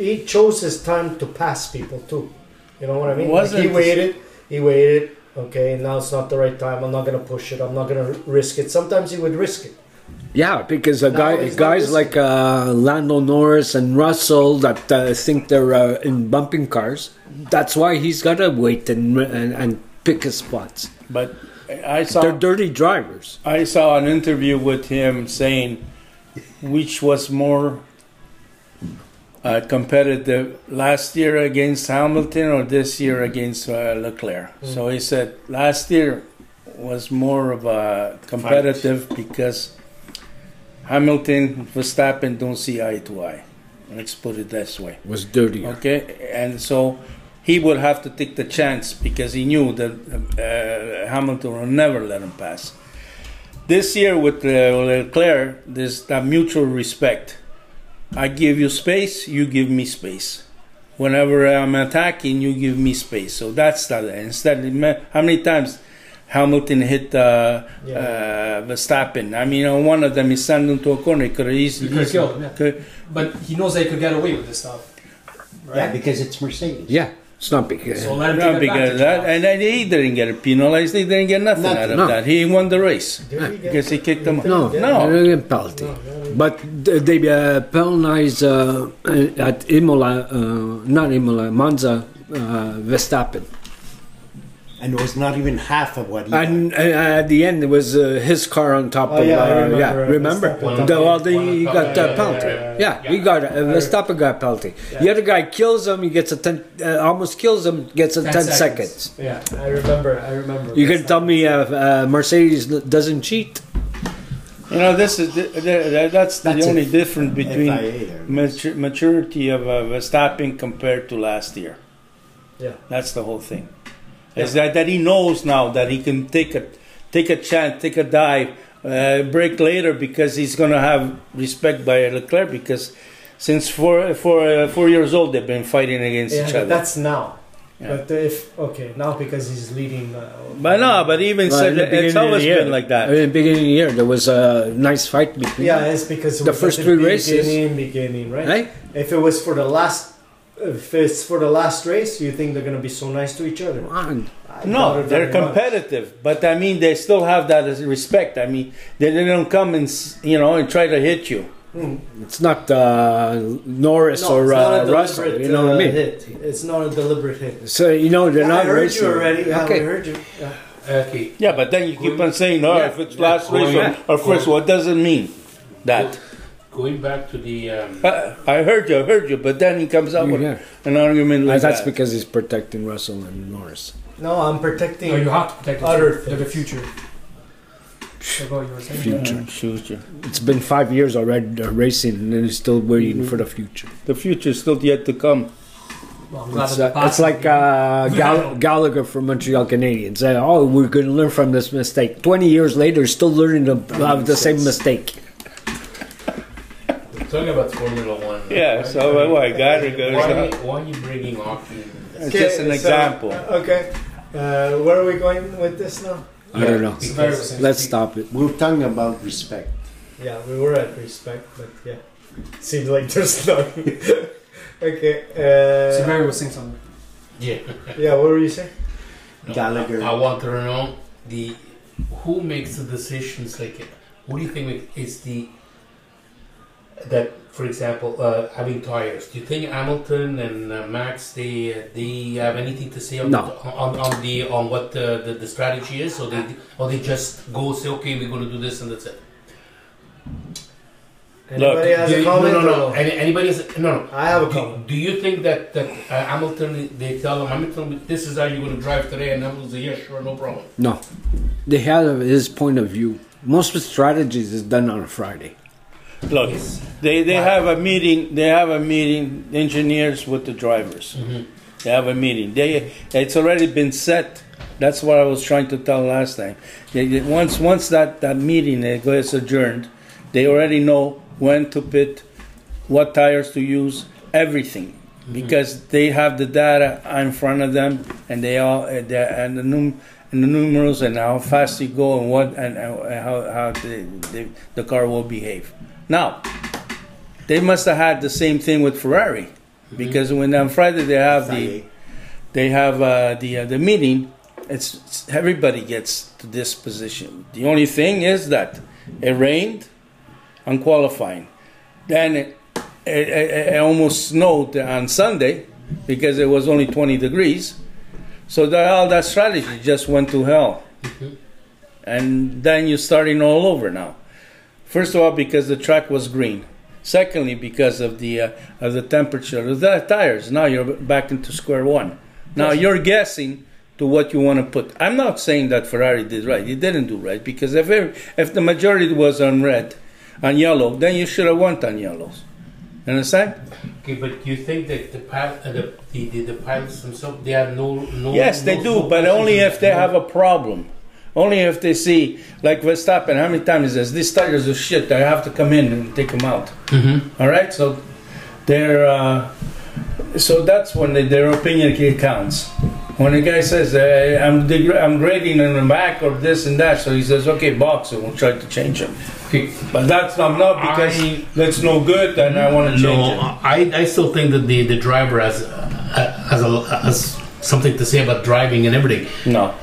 S1: he chose his time to pass people too. You know what I mean? Like,
S2: Wasn't-
S1: he waited? He waited. Okay, now it's not the right time. I'm not gonna push it. I'm not gonna risk it. Sometimes he would risk it.
S3: Yeah, because a
S1: No,
S3: guy,
S1: it's not
S3: guys
S1: this-
S3: like uh, Lando Norris and Russell that uh, think they're uh, in bumping cars. That's why he's gotta wait and and, and pick his spots.
S2: but I saw.
S3: They're dirty drivers.
S2: I saw an interview with him saying which was more uh, competitive last year against Hamilton or this year against uh, Leclerc. So he said last year was more of a competitive because Hamilton, Verstappen don't see eye to eye. Let's put it this way.
S3: Was dirty.
S2: Okay, and so he would have to take the chance because he knew that uh, Hamilton will never let him pass. This year with uh, Leclerc, there's that mutual respect. I give you space, you give me space. Whenever I'm attacking, you give me space. So that's that. Instead, ma- how many times Hamilton hit uh,
S1: Yeah.
S2: uh, Verstappen? I mean, on one of them, he sent him to a corner. He could have easily,
S4: He could've
S2: easily-
S4: killed him, yeah.
S2: could-
S4: But he knows that he could get away with this stuff.
S9: yeah, because it's Mercedes.
S3: Yeah, it's not because.
S4: So let him
S2: No,
S4: take
S2: because
S4: advantage.
S2: that, and then he didn't get penalized. He didn't get nothing, out of
S3: no.
S2: that. He won the race
S1: Did he get-
S2: because he kicked them. out.
S3: No,
S2: No.
S3: no, not in penalty. But th- they uh, penalized uh, at Imola, uh, not Imola, Monza, uh, Verstappen.
S9: and it was not even half of what he
S3: And, and at the end, it was uh, his car on top
S1: Oh,
S3: of.
S1: yeah, I
S3: uh,
S1: remember.
S3: yeah, remember?
S1: Verstappen.
S3: The, well, the,
S5: One on
S3: he
S5: top.
S3: got
S5: Yeah,
S3: uh,
S5: yeah,
S3: penalty.
S5: yeah,
S3: Yeah, he got uh, Verstappen got penalty. The other guy kills him. He gets a ten. Uh, almost kills him. Gets a
S4: 10
S3: ten,
S4: seconds.
S3: seconds.
S1: Yeah, I remember. I remember.
S3: You can tell me uh, uh, Mercedes n- doesn't cheat.
S2: You know, this is th- th- th- that's the
S9: That's
S2: only
S9: it.
S2: difference between
S9: FIA.
S2: matu- maturity of uh, Verstappen compared to last year.
S1: Yeah.
S2: that's the whole thing. Is that that he knows now that he can take a take a chance, take a dive, uh, break later because he's gonna have respect by Leclerc because since four four uh, four years old they've been fighting against
S1: Yeah,
S2: each
S1: but
S2: other.
S1: that's now.
S2: Yeah.
S1: But if okay now because he's leading. Uh,
S2: but no, but even
S3: Well,
S2: said
S3: in the
S2: that
S3: beginning of
S2: it's
S3: the
S2: always
S3: year-
S2: been like that.
S3: Uh, In the beginning of the year, there was a nice fight between.
S1: yeah, it's because it
S3: The
S1: was
S3: first
S1: at
S3: three races-
S1: beginning, beginning, right?
S3: Right?
S1: If it was for the last, if it's for the last race, you think they're gonna be so nice to each other?
S3: Come on.
S1: I doubt
S2: No,
S1: it
S2: they're
S1: very much.
S2: competitive, but I mean they still have that as respect. I mean they, they don't come and s- you know and try to hit you.
S3: It's not uh, Norris
S1: No,
S3: or
S1: it's not a
S3: uh, Russell.
S1: deliberate,
S3: You know what
S1: uh,
S3: I mean?
S1: Hit. It's not a deliberate hit.
S3: So you know they're
S1: I
S3: not
S1: heard
S3: racing.
S1: you already. Yeah,
S3: Okay.
S1: I heard you. Yeah.
S5: Okay.
S2: Yeah, but then you keep on saying, "Oh,
S3: Yeah,
S2: if it's last race or,
S3: yeah.
S2: or first, what does it mean?" That
S5: Going back to the um,
S2: I, I heard you, I heard you, but then he comes up with
S3: Yeah.
S2: an argument
S3: Uh,
S2: like
S3: that's
S2: that.
S3: because he's protecting Russell and Norris.
S1: No, I'm protecting.
S4: No, you have to protect the
S1: Other
S4: future. They're the future. They're what you were saying.
S3: Future.
S2: Mm, future.
S3: It's been five years already they're racing, and then he's still waiting
S9: Mm-hmm.
S3: for the future.
S2: The future is still yet to come.
S4: Well, I'm glad
S3: It's,
S4: that
S3: uh,
S4: the past
S3: it's like uh, Gall- Gallagher from Montreal Canadiens. Uh, oh, we're going to learn from this mistake. Twenty years later, he's still learning the, uh, the same mistake.
S5: talking about Formula One.
S2: Yeah,
S5: right?
S2: so uh, why God it goes
S5: Why, are
S2: up.
S5: you- why are you bringing hockey? into this?
S2: It's just an
S1: so,
S2: example.
S1: uh, okay, uh, where are we going with this now?
S3: I don't know.
S5: Because-
S4: very simple.
S3: Let's stop it.
S9: We're talking about respect.
S1: Yeah, we were at respect, but yeah, seems like there's none. okay. Uh,
S4: Severi was saying something.
S5: Yeah.
S1: yeah, what were you saying?
S5: No,
S9: Gallagher.
S5: I, I want to know the who makes the decisions. Like, what do you think it- it's the that, for example, uh, having tires? Do you think Hamilton and uh, Max they uh, they have anything to say on
S3: No.
S5: the, on, on the on what the, the, the strategy is, or they or they just go say, okay, we're going to do this and that's it.
S1: Anybody has
S5: Do
S1: a
S5: you-
S1: comment?
S5: no, no, no.
S1: or
S5: Any, anybody has, no, no.
S1: I have a
S5: Do,
S1: comment.
S5: do you think that, that uh, Hamilton, they tell him, Hamilton, this is how you're going to drive today, and Hamilton says, yeah, sure, no problem.
S3: No, they have his point of view. Most of the strategies is done on a Friday.
S2: Look, they they have a meeting. They have a meeting. Engineers with the drivers. They have a meeting. They it's already been set. That's what I was trying to tell last time. They, they- once once that that meeting is adjourned, they already know when to pit, what tires to use, everything, because they have the data in front of them, and they all uh, they're- and the num. And the numerals and how fast you go and what and uh, how how the, the, the car will behave. Now, they must have had the same thing with Ferrari, Mm-hmm. because when on Friday they have the they have uh, the uh, the meeting. It's, it's- everybody gets to this position. The only thing is that it rained on qualifying, then it, it, it, it almost snowed on Sunday because it was only 20 degrees. So that all that strategy just went to hell, and then you're starting all over now. First of all, because the track was green. Secondly, because of the uh, of the temperature of the tires. Now you're back into square one. Now you're guessing to what you want to put. I'm not saying that Ferrari did right. It didn't do right because if it, if the majority was on red, on yellow, then you should have went on yellows. You Understand?
S5: Okay, but do you think that the pilot, uh, the, the, the, the pilots themselves, they have no, no
S2: Yes, they
S5: no-
S2: do,
S5: no
S2: but only
S5: decisions?
S2: if they
S5: No.
S2: have a problem. Only if they see, like Verstappen, how many times he says, these tires are shit, I have to come in and take them out.
S5: Mm-hmm.
S2: All right, so they're, uh, so that's when they, their opinion ca- counts. When a guy says, uh, I'm, degra- I'm grading in the back or this and that, so he says, okay, box, and we'll try to change him.
S5: Okay,
S2: But that's not, not because
S5: I-
S2: that's no good and I want to
S5: no,
S2: change it.
S5: I, I still think that the, the driver has, uh, has, a, has something to say about driving and everything.
S2: No.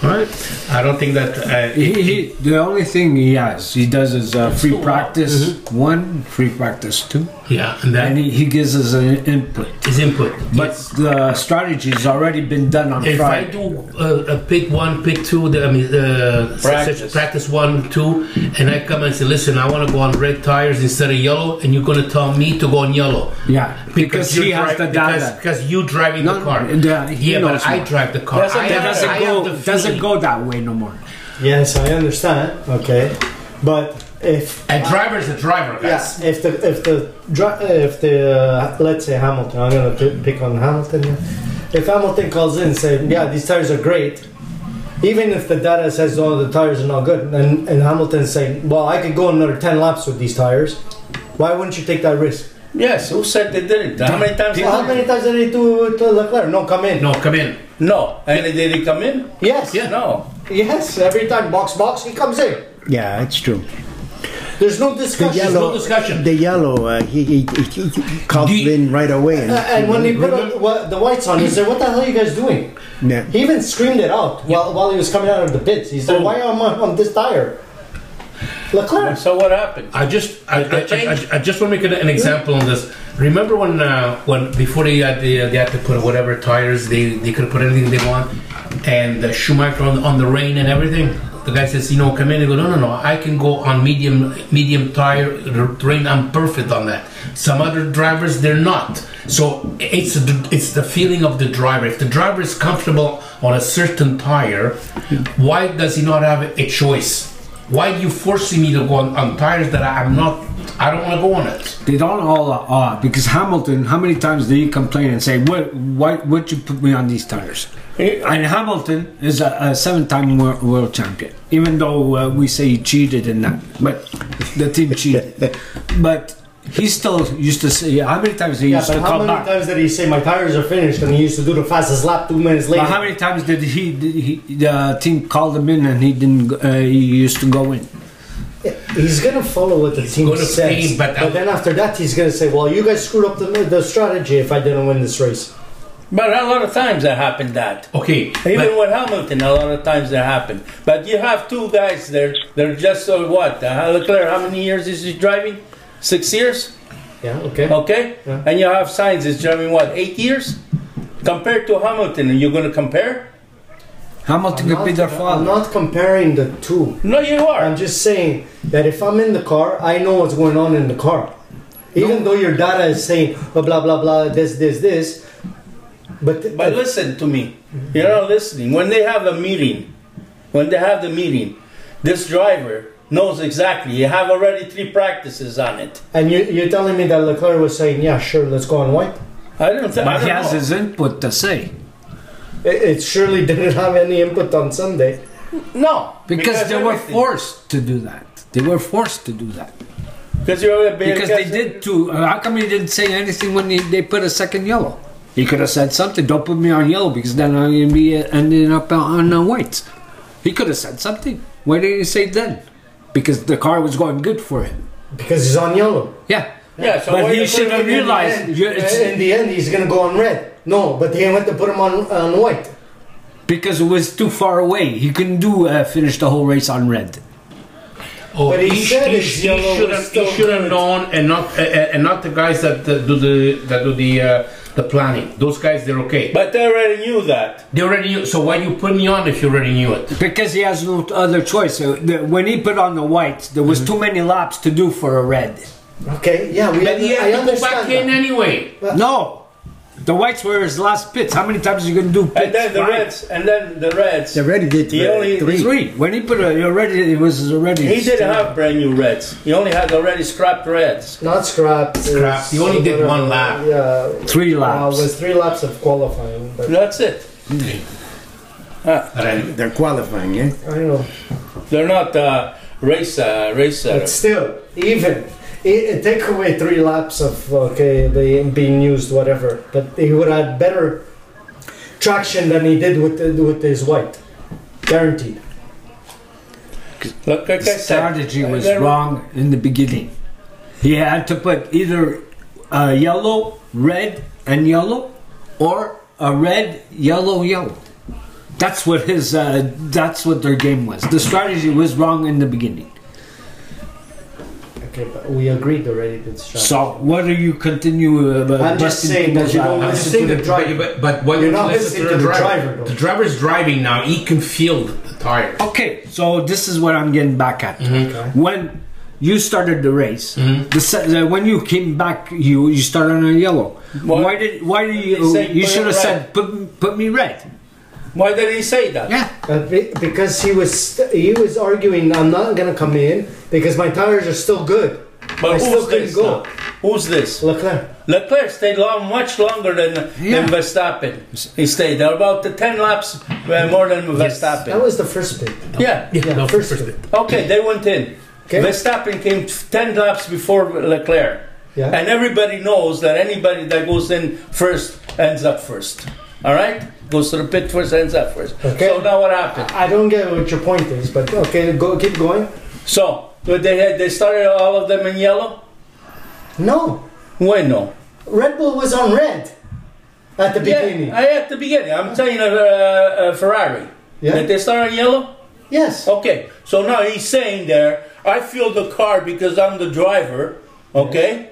S5: All right? I don't think that. Uh,
S3: He, he,
S9: Mm-hmm.
S3: the only thing he has, he does is uh, free practice one, free practice 2
S5: Yeah, and
S3: and
S5: that
S3: he, he gives us an input.
S5: is input.
S3: But
S5: Yes.
S3: the strategy's already been done on
S5: if I
S3: Friday.
S5: do uh, uh, pick one, pick two, the, I mean, uh, se- se-
S2: Practice.
S5: practice one, two, and I come and say, listen, I want to go on red tires instead of yellow, and you're going to tell me to go on yellow.
S3: Yeah, because
S5: you're
S3: he has the
S5: because-
S3: data.
S5: Because, you driving
S3: No,
S5: the car.
S3: yeah, he
S5: yeah, but
S3: knows
S5: I
S3: more.
S5: drive the car.
S2: That's a-
S5: I
S3: That
S5: have-
S3: doesn't
S5: I have
S3: go
S5: the
S3: doesn't
S5: feeling.
S3: go that way no more.
S1: Yes, I understand. Okay, but if
S5: A driver is a driver, guys.
S1: Yes, if the if the dri- if the uh, let's say Hamilton, I'm gonna p- pick on Hamilton. here. If Hamilton calls in and say, "Yeah, these tires are great," even if the data says, "Oh, the tires are not good," and and Hamilton's saying, "Well, I could go another ten laps with these tires," why wouldn't you take that risk?
S2: Yes, who said they didn't? How many times?
S1: Well, how many times did he do to Leclerc? No, come in.
S5: No, come in.
S2: No. And did he come in?
S1: Yes.
S2: No.
S1: Yes. Every time box box, he comes in.
S9: Yeah, it's true.
S1: There's no
S9: The
S1: discussion.
S9: yellow,
S5: discussion.
S9: the yellow, uh, he, he, he, he called
S5: Do you-
S9: in right away. And,
S1: Uh, and when they put on, wha- the whites on, he said, "What the hell are you guys doing?"
S9: Yeah.
S1: He even screamed it out while, while he was coming out of the pits. He said,
S5: Oh.
S1: "Why am I on this tire?" Leclerc.
S2: So what happened?
S5: I just I, I,
S2: Change.
S5: I, I just want to make an, an example on this. Remember when uh, when before they had the, they had to put whatever tires they they could put anything they want, and uh, Schumacher on, on the rain and everything. The guy says, you know, come in. They go, no, no, no. I can go on medium medium tire r- rain. I'm perfect on that. Some other drivers they're not. So it's the- it's the feeling of the driver. If the driver is comfortable on a certain tire, why does he not have a choice? Why are you forcing me to go on, on tires that I- I'm not? I don't want to go on it.
S3: They don't all are odd because Hamilton. How many times did he complain and say, "What? Why would you put me on these tires?" And Hamilton is a, a seven-time world, world champion, even though uh, we say he cheated and that, but the team cheated. but he still used to say, "How many times he
S1: Yeah,
S3: used
S1: but
S3: to
S1: how
S3: come
S1: many
S3: back?"
S1: times did he say my tires are finished? And he used to do the fastest lap two minutes later.
S3: But how many times did he, did he the team called him in and he didn't? go- Uh, he used to go in.
S1: He's gonna follow what the team
S5: gonna
S1: says,
S5: play,
S1: but,
S5: but-
S1: then after that, he's gonna say, "Well, you guys screwed up the the strategy if I didn't win this race."
S2: But a lot of times that happened that.
S5: Okay,
S2: Even
S5: but
S2: with Hamilton, a lot of times that happened. But you have two guys there. They're just uh, what? Uh, Leclerc, how many years is he driving? Six years,
S1: Yeah. Okay.
S2: okay.
S1: Yeah.
S2: And you have Sainz is driving what? Eight years. Compared to Hamilton, are you going to compare?
S3: Hamilton could be their
S1: I'm
S3: father.
S1: not comparing the two.
S2: No, you are.
S1: I'm just saying that if I'm in the car, I know what's going on in the car. Even though your data is saying oh, blah blah blah this this this, but,
S2: But listen to me.
S3: Mm-hmm.
S2: You're not listening. When they have a meeting, when they have the meeting, this driver knows exactly. You have already three practices on it.
S1: and you, you're telling me that Leclerc was saying yeah sure let's go on white.
S2: I don't. Th- I
S3: But he
S2: don't
S3: has
S2: know.
S3: his input to say.
S1: It, it surely didn't have any input on Sunday.
S2: no
S3: Because, they were
S2: everything-
S3: forced to do that. They were forced to do that
S2: Because you're a big
S3: because they did too. uh, How come he didn't say anything when he, they put a second yellow? He could have said something. Don't put me on yellow because then I'm gonna be uh, ending up on the whites. He could have said something. Why didn't he say then? Because the car was going good for him.
S1: Because he's on yellow.
S3: Yeah.
S2: Yeah, so
S3: but
S2: why
S3: he
S2: you
S3: should have
S2: put him in the
S3: realized.
S1: And
S3: you- it's-
S1: in the end, he's gonna go on red. No, but they went to put him on, on white.
S3: because it was too far away. He couldn't do uh, finish the whole race on red.
S5: oh,
S1: But he said
S5: he,
S1: his
S5: sh- he
S1: yellow
S5: should
S1: was
S5: have
S1: still
S5: he should have known, and not uh, and not the guys that uh, do the that do the uh, the planning. Those guys they're okay.
S2: But they already knew that.
S5: They already knew. So why you put me on if you already knew it?
S3: Because he has no other choice. So the, when he put on the whites, there was too many laps to do for a red.
S1: Okay, yeah, we.
S5: But he
S1: I
S5: had to go back
S1: understand.
S5: in
S1: that.
S5: anyway.
S3: No, the whites were his last pits. How many times are you gonna do pits?
S2: And then the
S3: right?
S2: Reds, and then the Reds.
S9: They already did
S2: He
S9: the
S2: only
S9: three.
S3: Three. When he put it already, it was already.
S2: he didn't have brand new Reds. He only had already scrapped Reds.
S1: Not scrap.
S5: Scrap.
S1: it's
S5: He only did
S1: whatever,
S5: one lap.
S1: Yeah,
S3: three
S1: uh,
S3: laps.
S1: was three laps of qualifying. But
S2: That's it.
S5: But I-
S9: They're qualifying, yeah.
S1: I don't know.
S2: They're not uh, race uh, racer.
S1: But still, even it, take away three laps of okay, they being used, whatever. But he would have better traction than he did with the, with his white, guaranteed.
S2: Look, like I
S3: The
S2: said,
S3: strategy was
S2: they're-
S3: wrong in the beginning. He had to put either uh, yellow, red, and yellow, or a red, yellow, yellow. That's what his. Uh, that's what their game was. The strategy was wrong in the beginning.
S1: Okay, but we agreed already that it's China.
S3: So what do you continue? Uh,
S1: I'm just saying that you don't
S5: I'm just
S1: listen
S5: saying
S1: to
S5: the
S1: the driver.
S5: driver, but, but when
S1: You're
S5: you
S1: not
S5: listen to the driver,
S1: though.
S5: the driver's driving now. He can feel the tire.
S3: Okay, so this is what I'm getting back at.
S5: Mm-hmm.
S3: When you started the race, the se- the, when you came back, you you started on a yellow.
S2: Well,
S3: why did why do
S2: they
S3: you
S2: said
S3: you
S2: put
S3: should
S2: it
S3: have
S2: red.
S3: said put put me red?
S2: Why did he say that?
S3: Yeah,
S1: Uh, be- because he was st- he was arguing, I'm not gonna come in because my tires are still good. I
S2: But
S1: still
S2: who's
S1: couldn't
S2: this?
S1: go.
S2: Now? Who's this?
S1: Leclerc.
S2: Leclerc stayed long, much longer than,
S3: Yeah.
S2: than Verstappen. He stayed there about the ten laps uh, more than Verstappen.
S1: That was the first bit.
S2: yeah.
S1: Yeah,
S5: No,
S1: first,
S5: first
S1: bit.
S2: Okay, they went in.
S1: Okay.
S2: Verstappen came t- ten laps before Leclerc.
S1: Yeah.
S2: And everybody knows that anybody that goes in first ends up first. All right, goes to the pit first, ends up first.
S1: Okay.
S2: So now what happened?
S1: I don't get what your point is, but okay, go keep going.
S2: So but they had they started all of them in yellow.
S1: No,
S2: When no?
S1: Red Bull was on red at the beginning.
S2: Yeah, I at the beginning. I'm telling you, uh, uh, Ferrari.
S1: Yeah.
S2: Did they start on yellow?
S1: yes.
S2: Okay, so now he's saying there, I feel the car because I'm the driver. Okay,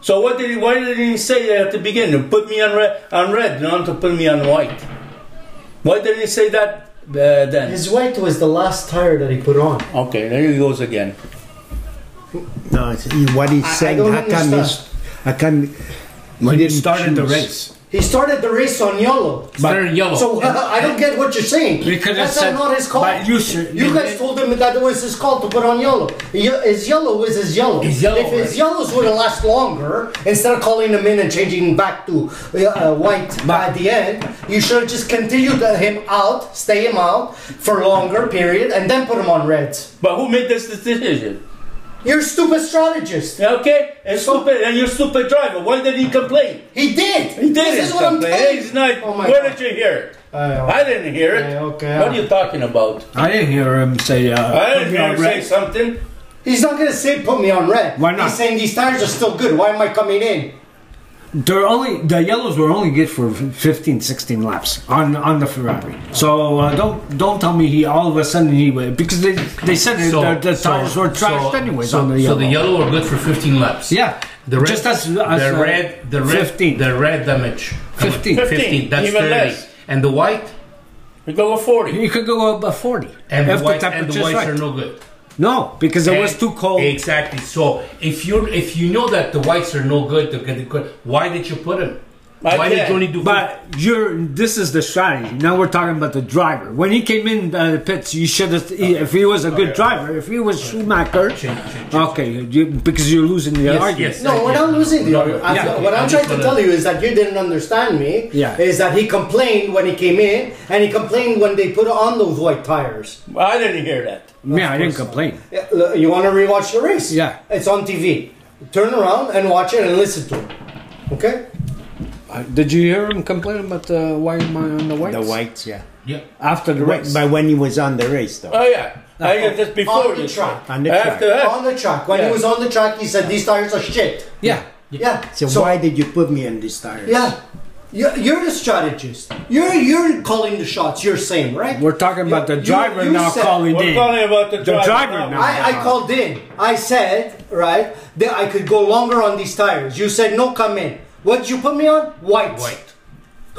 S2: so what did he? Why did he say that at the beginning? Put me on red, on red, not to put me on white. Why didn't he say that uh, then?
S1: His white was the last tire that he put on.
S2: okay, there he goes again.
S9: No, it's- he- what he's
S1: I- I
S9: saying,
S1: don't
S9: how come
S1: understand.
S9: he's, how come he
S3: when you
S9: didn't
S3: started the
S9: choose?
S3: race,
S1: He started the race on yellow.
S5: They're in yellow.
S1: So I don't get what you're saying.
S3: You could have
S1: That's
S3: said-
S1: not his call.
S3: but you should-
S1: You
S3: you
S1: guys
S3: did-
S1: told him that it was his call to put on yellow. Ye- His yellow is his yellow.
S5: His yellow,
S1: if his
S5: right.
S1: yellows would have last longer, instead of calling him in and changing back to uh, uh, white at the end, you should have just continued uh, him out, stay him out for longer period, and then put him on reds.
S2: But who made this decision?
S1: You're a stupid strategist.
S2: Okay, and stupid, and you're stupid driver. Why did he complain?
S1: He did.
S2: He did
S1: This is what I'm telling you.
S2: He's not.
S1: Oh my
S2: where
S1: God.
S2: did you hear it?
S1: Uh,
S2: I didn't hear it.
S1: Yeah, okay.
S2: What are you talking about?
S3: I didn't hear him say. Uh,
S2: I
S3: put me
S2: didn't hear
S3: on
S2: him say
S3: red.
S2: something.
S1: He's not gonna say put me on red.
S3: Why not?
S1: He's saying these tires are still good. Why am I coming in?
S3: They're only the yellows were only good for 15, 16 laps on on the Ferrari. So uh, don't don't tell me he all of a sudden he went because they they said it, uh, the, the tires were trashed anyways
S5: so,
S3: on the
S5: so
S3: yellow.
S5: the yellow are good for 15 laps.
S3: yeah,
S5: The red,
S3: just as, as
S5: the
S3: uh,
S5: red, the red,
S3: 15.
S5: the red damage.
S3: 15.
S5: 15. That's
S2: Even
S5: 30.
S2: less.
S5: And the white
S2: We go with forty.
S3: You could go up a 40.
S5: and
S3: if
S5: the white
S3: the
S5: and the
S3: temperature's
S5: whites
S3: right.
S5: are no good.
S3: No, because it was
S5: And-
S3: too cold.
S5: Exactly. So if you if you know that the whites are no good, they're gonna go- why did you put them?
S2: I
S5: Why did
S2: can't.
S5: you only do?
S3: But you're this is the strategy. Now we're talking about the driver. When he came in uh, the pits, you should have. If he was a good driver, if he was Schumacher,
S5: Change, change, change.
S3: okay, you, because you're losing the
S5: Yes,
S3: argument.
S5: yes.
S1: No, we're not losing the
S5: No,
S1: argument. I'm-
S5: yeah.
S1: What I'm,
S5: I'm just
S1: trying to
S5: gonna-
S1: tell you is that you didn't understand me.
S3: Yeah.
S1: Is that he complained when he came in, and he complained when they put on those white tires.
S2: I didn't hear that.
S3: Yeah, I didn't complain.
S1: Yeah, look, You want to rewatch the race?
S3: Yeah.
S1: It's on TV. Turn around and watch it and listen to it. Okay.
S3: Uh, Did you hear him complain about the white man on the whites?
S9: The whites, yeah.
S5: Yeah.
S3: after the race.
S9: But when he was on the race, though.
S2: Oh yeah, I heard this before
S1: On the
S2: you.
S1: track.
S9: On the
S2: After
S9: track.
S2: that,
S1: On the track. When he
S2: Yeah.
S1: was on the track, he said these tires are shit.
S3: yeah,
S1: Yeah.
S9: So, why did you put me on this tire?
S1: Yeah. You're, you're the strategist. You're you're calling the shots. You're saying right.
S3: we're talking about the
S1: You-
S3: driver
S1: you
S3: now
S1: said-
S3: calling
S2: we're
S3: in.
S2: talking about the driver
S3: driver
S2: now.
S3: now.
S1: I, I called in. I said, right, that I could go longer on these tires. You said no, come in. What did you put me on? White.
S5: White.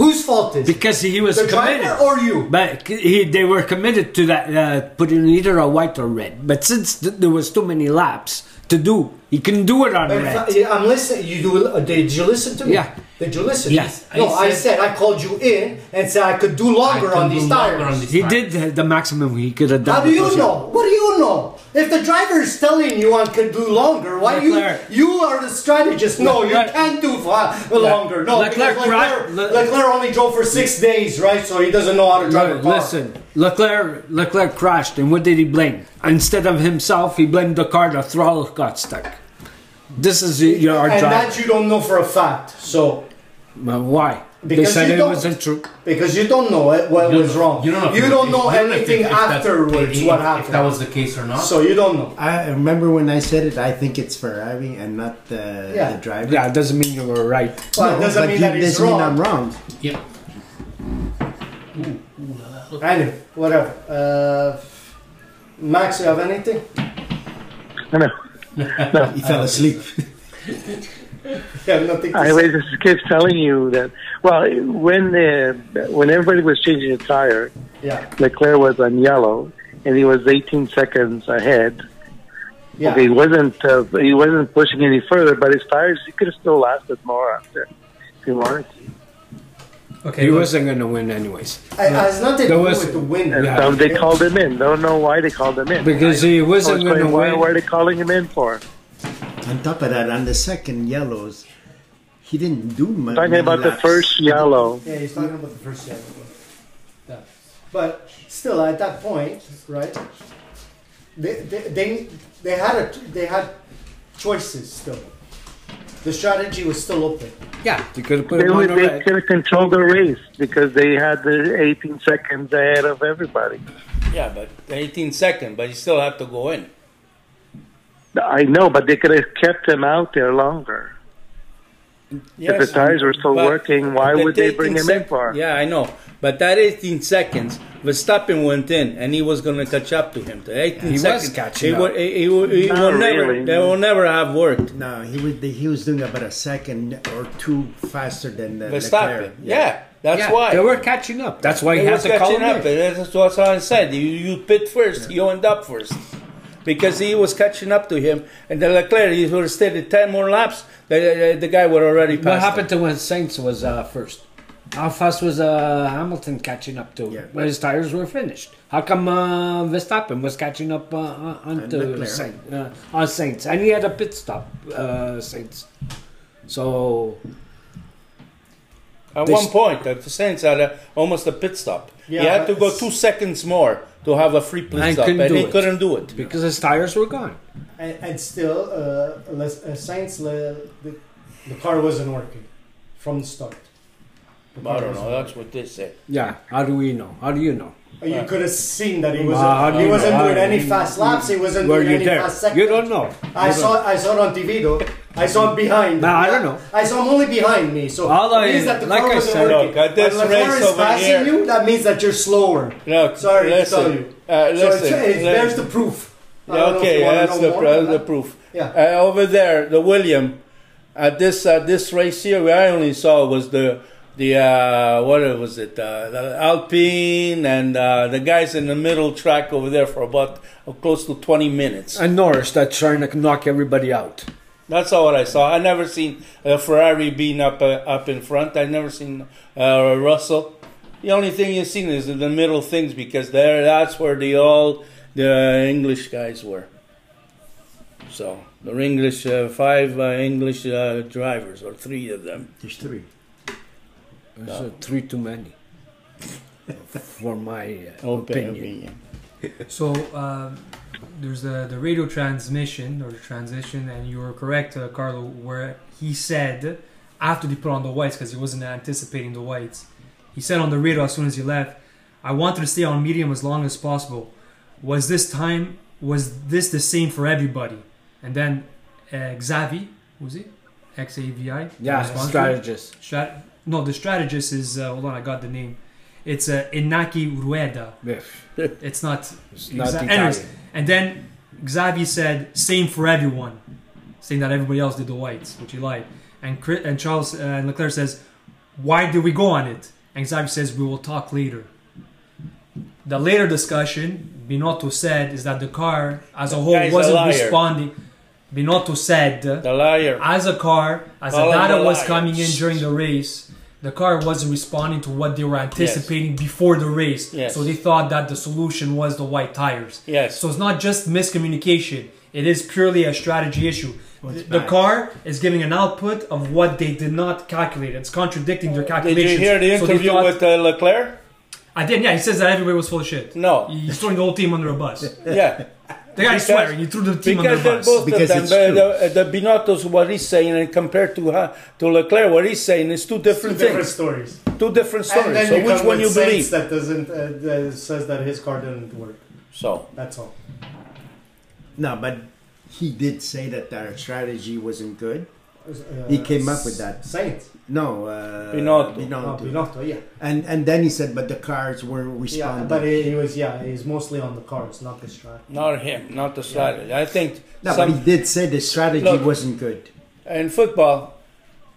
S1: Whose fault is it?
S3: because he was
S1: The
S3: committed.
S1: driver or you?
S3: But he, they were committed to that, uh, putting either a white or red. But since th- there was too many laps to do, he couldn't do it on
S1: But
S3: red.
S1: if I, am listening. You do. uh, Did you listen to me?
S3: Yeah.
S1: Did you listen?
S3: Yes.
S1: No, I
S5: I
S1: said,
S5: said-
S1: I called you in and said I could do longer on these tires.
S3: he did the- the maximum he could have done.
S1: How do
S3: with
S1: you
S3: those
S1: know? What do you know? If the driver is telling you I could do longer, why
S3: Leclerc.
S1: you you are the strategist? No, you
S3: Leclerc.
S1: can't do fa- longer. No, because
S3: Leclerc,
S1: Leclerc,
S3: right? Le-
S1: Leclerc only drove for six days, right? So he doesn't know how to drive
S3: No,
S1: a car.
S3: listen, Leclerc, Leclerc crashed, and what did he blame? Instead of himself, he blamed the car. The throttle got stuck. This is your our
S1: and
S3: driver.
S1: that you don't know for a fact. So
S3: Well, why? They
S1: Because
S3: said
S1: you
S3: it
S1: don't-
S3: wasn't true.
S1: because you don't know it, what was wrong,
S5: You don't know, if it- if-
S1: know
S5: you if-
S1: anything
S5: if that-
S1: afterwards
S5: if-
S1: what
S5: if
S1: happened.
S5: that was the case or not.
S1: so you don't know.
S9: I remember when I said it. I think it's Ferrari and not the,
S1: Yeah.
S9: the driver.
S3: Yeah, it doesn't mean you were right.
S1: Well, it doesn't
S9: but
S1: mean
S9: he
S1: that he's
S9: doesn't mean I'm
S1: wrong.
S9: wrong.
S5: yeah.
S1: Anyway, whatever. Uh, Max, you have anything?
S8: I know.
S9: He
S1: Uh,
S9: fell asleep.
S1: Yeah, nothing to
S8: I
S1: say.
S8: was just kept telling you that. Well, when the when everybody was changing the tire,
S1: Yeah,
S8: Leclerc was on yellow, and he was 18 seconds ahead.
S1: yeah.
S8: Okay, he wasn't uh, he wasn't pushing any further, but his tires he could have still lasted more after if he wanted to.
S4: Okay.
S3: He
S4: but-
S3: wasn't going to win anyways.
S1: I, I has nothing to
S3: There
S1: do
S3: was-
S1: with the wind.
S8: And
S3: Yeah.
S8: so they called him in. Don't know why they called him in.
S3: Because he
S8: I was
S3: wasn't going to
S8: going, why, why are
S3: win.
S8: they calling him in for?
S9: On top of that, on the second yellows, he didn't do much.
S8: Talking about the first yellow.
S1: Yeah, he's talking about the first year. But still, at that point, right? They they they, they had a, they had choices still. The strategy was still open.
S3: Yeah, you could have put
S8: They,
S3: him
S8: were-
S3: on a
S8: they
S3: red.
S8: could have controlled the race because they had the 18 seconds ahead of everybody.
S2: Yeah, but 18 seconds, but you still have to go in.
S8: I know, but they could have kept him out there longer.
S2: Yes,
S8: the tires were still
S2: but
S8: working, why
S2: the
S8: would they bring
S2: 18
S8: him in
S2: sec-
S8: for?
S2: Yeah, I know. But that 18 seconds, Verstappen went in, and he was going to catch up to him. The 18
S3: He was
S2: seconds,
S3: catching
S2: it
S3: up.
S2: will, it- it will- it
S8: Not
S2: will never,
S8: really.
S2: They will never have worked.
S9: No, he was he was doing about a second or two faster than uh,
S2: Verstappen.
S9: Leclerc.
S2: Yeah, that's
S3: yeah,
S2: why.
S3: They were catching up. That's why he
S2: They were
S3: had to call
S2: catching up.
S3: him in.
S2: and That's what I said. You, you pit first, you end up first. Because he was catching up to him, and then Leclerc, he would have stayed at 10 more laps, the, the guy would already pass.
S3: What happened to when Saints was uh, first? How fast was uh, Hamilton catching up to
S9: Yeah.
S3: when his tires were finished? How come uh, Verstappen was catching up uh, on- onto
S9: Leclerc.
S3: Saints, uh, on Saints, and he had a pit stop, uh, Saints. So
S2: At
S3: They
S2: one
S3: s-
S2: point, the Saints had a, almost a pit stop. he
S1: Yeah,
S2: had to go
S1: it's-
S2: two seconds more to have a free pit
S3: And
S2: stop,
S3: couldn't
S2: and
S3: do
S2: he
S3: it.
S2: couldn't do it.
S3: because his tires were gone,
S1: And, and still, uh, Les, uh, Sainz, le, the, the car wasn't working from the start. The car
S2: I don't
S1: wasn't
S2: know. That's what they say.
S3: yeah. How do we know? How do you know?
S1: working. You could have seen that he wasn't.
S3: how do
S1: he
S3: you
S1: wasn't
S3: know?
S1: doing
S3: How-
S1: any fast laps. He wasn't
S3: Were
S1: doing
S3: you
S1: any
S3: there?
S1: fast seconds.
S3: You don't know.
S1: I
S3: You don't-
S1: saw I saw it on TV though. I saw it behind.
S3: No, I don't know.
S1: I saw him only behind me. So
S3: All
S1: it
S3: I-
S1: means that the
S3: like
S1: car
S3: I
S1: wasn't
S3: said-
S1: working.
S2: Look, at
S1: When
S2: this
S1: the car
S2: race
S1: is
S2: over
S1: passing
S2: here-
S1: you, that means that you're slower.
S2: Look,
S1: Sorry
S2: listen,
S1: to tell you.
S2: Uh,
S1: so
S2: listen,
S1: it's, it's,
S2: let-
S1: there's the proof. I don't know if
S2: okay,
S1: you wanna
S2: that's
S1: know
S2: the,
S1: more
S2: pro-
S1: than
S2: the
S1: that.
S2: proof.
S1: Yeah.
S2: Uh, over there, the William, at this at this race here, where I only saw was the the uh, what was it? Uh, the Alpine and uh, the guys in the middle track over there for about uh, close to twenty minutes.
S3: And Norris that's trying to knock everybody out.
S2: That's all what I saw. I never seen uh, Ferrari being up uh, up in front. I never seen uh, Russell. The only thing you've seen is the middle things because there that's where the all the English guys were. So the English uh, five uh, English uh, drivers or three of them.
S9: There's three.
S3: It's, uh, three too many, for my uh, opinion.
S4: So um, there's the, the radio transmission or the transition, and you were correct, uh, Carlo, where he said after they put on the whites because he wasn't anticipating the whites. He said on the radio as soon as he left, "I wanted to stay on medium as long as possible. Was this time? Was this the same for everybody?" And then uh, Xavi, was he? X A V I.
S3: Yeah, strategist.
S4: Strat- no, the strategist is uh, hold on, I got the name. It's uh, Inaki Rueda.
S3: Yeah.
S4: It's not
S3: It's not
S4: Exa-
S3: Italian.
S4: anyways, and then Xavi said, "Same for everyone," saying that everybody else did the whites, which he lied. And Chris, and Charles uh, and Leclerc says, "Why did we go on it?" And Xavi says, "We will talk later." The later discussion, Binotto said, is that the car as a whole
S2: guy's a
S4: wasn't
S2: liar.
S4: responding. Binotto said,
S2: The liar.
S4: as a car, as the
S2: Follow
S4: data
S2: the
S4: was
S2: light.
S4: coming in during the race, the car wasn't responding to what they were anticipating before the race.
S2: Yes.
S4: So they thought that the solution was the white tires.
S2: Yes.
S4: So it's not just miscommunication. It is purely a strategy issue. The, the
S9: bad.
S4: car is giving an output of what they did not calculate. It's contradicting their
S2: Did
S4: calculations.
S2: you hear the
S4: So they
S2: interview
S4: thought-
S2: with uh, Leclerc?
S4: I did. Yeah, he says that everybody was full of shit.
S2: No.
S4: he's throwing the whole team under a bus.
S2: Yeah.
S4: The guy's
S2: Because-
S4: swearing. He threw the team under
S2: Because
S4: a
S2: they're
S4: bus.
S2: both
S9: Because
S2: of
S9: it's
S2: them, uh,
S9: true.
S2: the, the Binotto's what he's saying and compared to uh, to Leclerc what he's saying is two
S1: Two
S2: different
S1: different
S2: things,
S1: stories.
S2: two different
S1: And
S2: stories.
S1: then
S2: So
S1: you
S2: which
S1: come
S2: one
S1: with
S2: you
S1: Sainz
S2: believe?
S1: that doesn't uh, that says that his car didn't work.
S2: So
S1: That's all.
S9: No, but he did say that our strategy wasn't good.
S1: Uh,
S9: He came up with that.
S1: Saint.
S9: No, uh,
S2: Binotto.
S1: Oh,
S9: Binotto.
S1: Binotto, yeah.
S9: And and then he said, but the cars weren't
S1: Yeah,
S9: responding.
S1: but he, he was, yeah, he was mostly on the cars, not the track.
S2: Not him, not the strategy. I think
S9: no,
S2: some,
S9: but he did say the strategy
S2: Look.
S9: wasn't good.
S2: in football,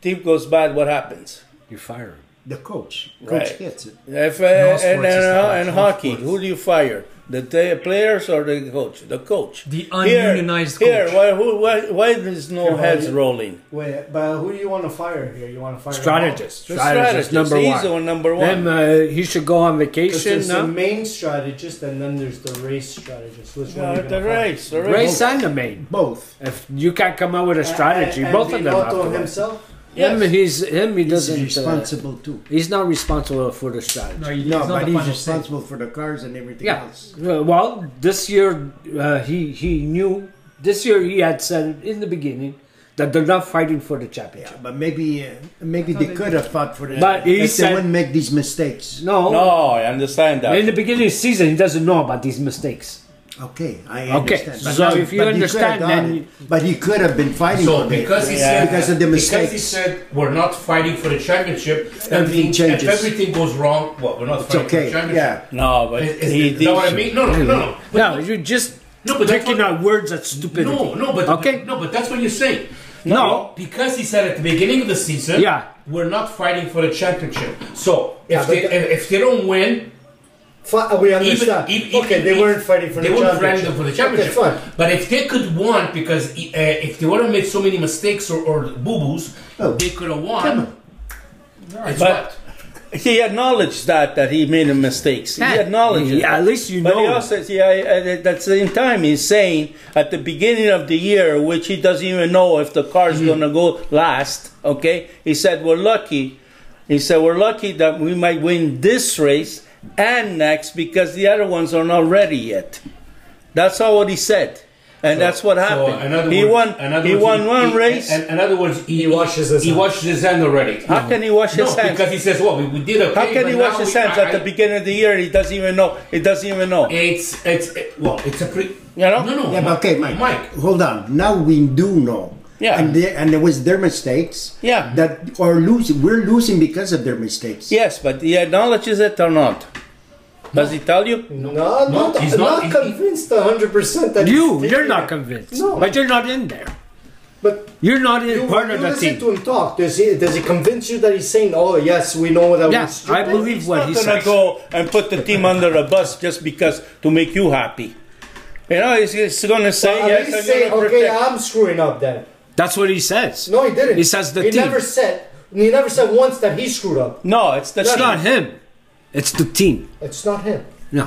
S2: team goes bad, what happens?
S3: You fire him.
S9: The coach, coach
S2: Right.
S9: gets it.
S2: If, uh,
S5: sports
S2: and
S5: is
S2: and,
S5: the
S2: uh,
S5: coach,
S2: and
S5: no
S2: hockey,
S5: sports.
S2: who do you fire? The ta- players or the coach? The coach.
S4: The
S2: Here-
S4: ununionized
S2: Here,
S4: coach.
S2: why, who, why, why there's no
S1: Yeah,
S2: heads
S1: yeah.
S2: rolling?
S1: Wait, but who do you want to fire here? You want to fire
S3: Strategist.
S2: The
S3: Strategist,
S2: strategist,
S3: number
S2: he's
S3: one.
S2: the one number one.
S3: Then uh, he should go on
S1: Because there's
S3: vacation.
S1: the
S3: No?
S1: main strategist and then there's the race strategist. Which one?
S2: Yeah,
S1: are you
S2: the
S1: gonna fire?
S2: race, the race.
S3: Ray signed the main.
S9: Both.
S3: If you can't come up with a strategy,
S1: And- and
S3: both of them. have to
S1: Binotto
S3: go.
S1: himself.
S2: Yes.
S3: Him, he's him. He
S9: He's
S3: doesn't. uh,
S9: responsible too.
S3: he's not responsible for the strategy.
S4: No, he- he's
S9: No,
S4: not
S9: but
S4: the
S9: he's
S4: final say.
S9: responsible for the cars and everything
S3: Yeah.
S9: else.
S3: Uh, Well, this year uh, he he knew. This year he had said in the beginning that they're not fighting for the
S9: Yeah,
S3: championship.
S9: but maybe uh, maybe they could have fought for the.
S3: But he
S9: if
S3: said-
S9: they wouldn't make these mistakes.
S3: No,
S2: No, I understand that.
S3: In the beginning of the season, he doesn't know about these mistakes.
S9: Okay, I
S3: Okay,
S9: understand. But
S3: so
S9: now-
S3: if you
S9: but he could have
S3: understand,
S9: done
S3: then
S9: it.
S3: you-
S9: but he could have been fighting
S5: So
S9: for it.
S5: because he
S2: Yeah.
S5: said
S9: Because of the
S5: Because he
S9: mistakes.
S5: said we're not fighting for the championship. That
S9: Everything
S5: means
S9: changes.
S5: If everything goes wrong, well, we're not
S9: It's
S5: fighting
S9: okay.
S5: for the championship.
S9: Yeah.
S2: no, but
S5: Is, is,
S2: he
S5: is
S2: did.
S5: that what I mean? No, no, no, no. But
S3: no, you're just
S5: No, but that's
S3: picking
S5: what-
S3: out words at stupidity.
S5: No, no, but
S3: okay,
S5: no, but that's what you say.
S3: No.
S5: because he said at the beginning of the season,
S3: Yeah.
S5: we're not fighting for the championship. So if
S1: Yeah, but
S5: they if, if they don't win,
S1: Fi- uh, we
S5: even,
S1: understand.
S5: even
S1: okay,
S5: if-
S1: they
S5: if-
S1: weren't fighting for
S5: they
S1: the
S5: weren't
S1: championship.
S5: fighting for the championship.
S1: Okay, fine.
S5: But if they could won, because uh, if they would have made so many mistakes or, or boo boos,
S9: Oh.
S5: they could have won.
S9: Come on.
S5: It's
S2: But-
S5: what?
S2: He acknowledged that that he made mistakes. He acknowledged it.
S3: Yeah, at least you
S2: But
S3: know.
S2: he also, yeah, at the same time, he's saying at the beginning of the year, which he doesn't even know if the car's
S5: Hmm.
S2: gonna go last. Okay, he said we're lucky. He said we're lucky that we might win this race and next because the other ones are not ready yet. That's all what he said, and that's what
S5: So,
S2: happened.
S5: in other
S2: he
S5: words-
S2: won.
S5: in other
S2: He
S5: words,
S2: won one
S5: he-
S2: race.
S5: In, in other words, he,
S1: He washes his
S5: he
S1: hands.
S5: washes his hand already.
S2: how can he wash
S5: no,
S2: his hands?
S5: because he says, "Well, we, we did okay."
S2: how can
S5: but
S2: he wash
S5: now
S2: his
S5: we-
S2: hands
S5: I-
S2: at the
S5: I-
S2: beginning of the year? He doesn't even know. He doesn't even know.
S5: It's it's it, well, it's a pretty
S2: You know?
S5: No, no.
S9: Yeah, but okay, Mike.
S5: Mike.
S9: Hold on. Now we do know.
S2: Yeah.
S9: And they, and it was their mistakes.
S2: Yeah.
S9: That are losing. We're losing because of their mistakes.
S2: Yes, but he acknowledges it or not. Does he tell you?
S1: No, no, not,
S5: he's
S1: I'm not,
S5: not- he-
S1: convinced 100% that
S3: you,
S1: he's
S3: you're
S1: thinking
S3: not
S1: it.
S3: convinced,
S1: No.
S3: but you're not in there.
S1: But
S3: You're not in
S1: you,
S3: part
S1: you
S3: of the
S1: listen
S3: team.
S1: to him talk. Does he, does he convince you that he's saying, oh, yes, we know that
S3: Yeah,
S1: we're stupid?
S3: I believe what he
S2: He's not
S3: says.
S2: gonna go and put the team under the bus just because to make you happy. You know, he's, he's gonna say
S1: Well, at
S2: yes.
S1: least
S2: I'm
S1: say,
S2: gonna
S1: okay,
S2: protect.
S1: I'm screwing up then.
S3: That's what he says.
S1: No, he didn't.
S3: He says the
S1: he
S3: team.
S1: never said. He never said once that he screwed up.
S2: no, it's the
S3: it's
S2: team.
S3: not him. It's the team.
S1: It's not him.
S3: No.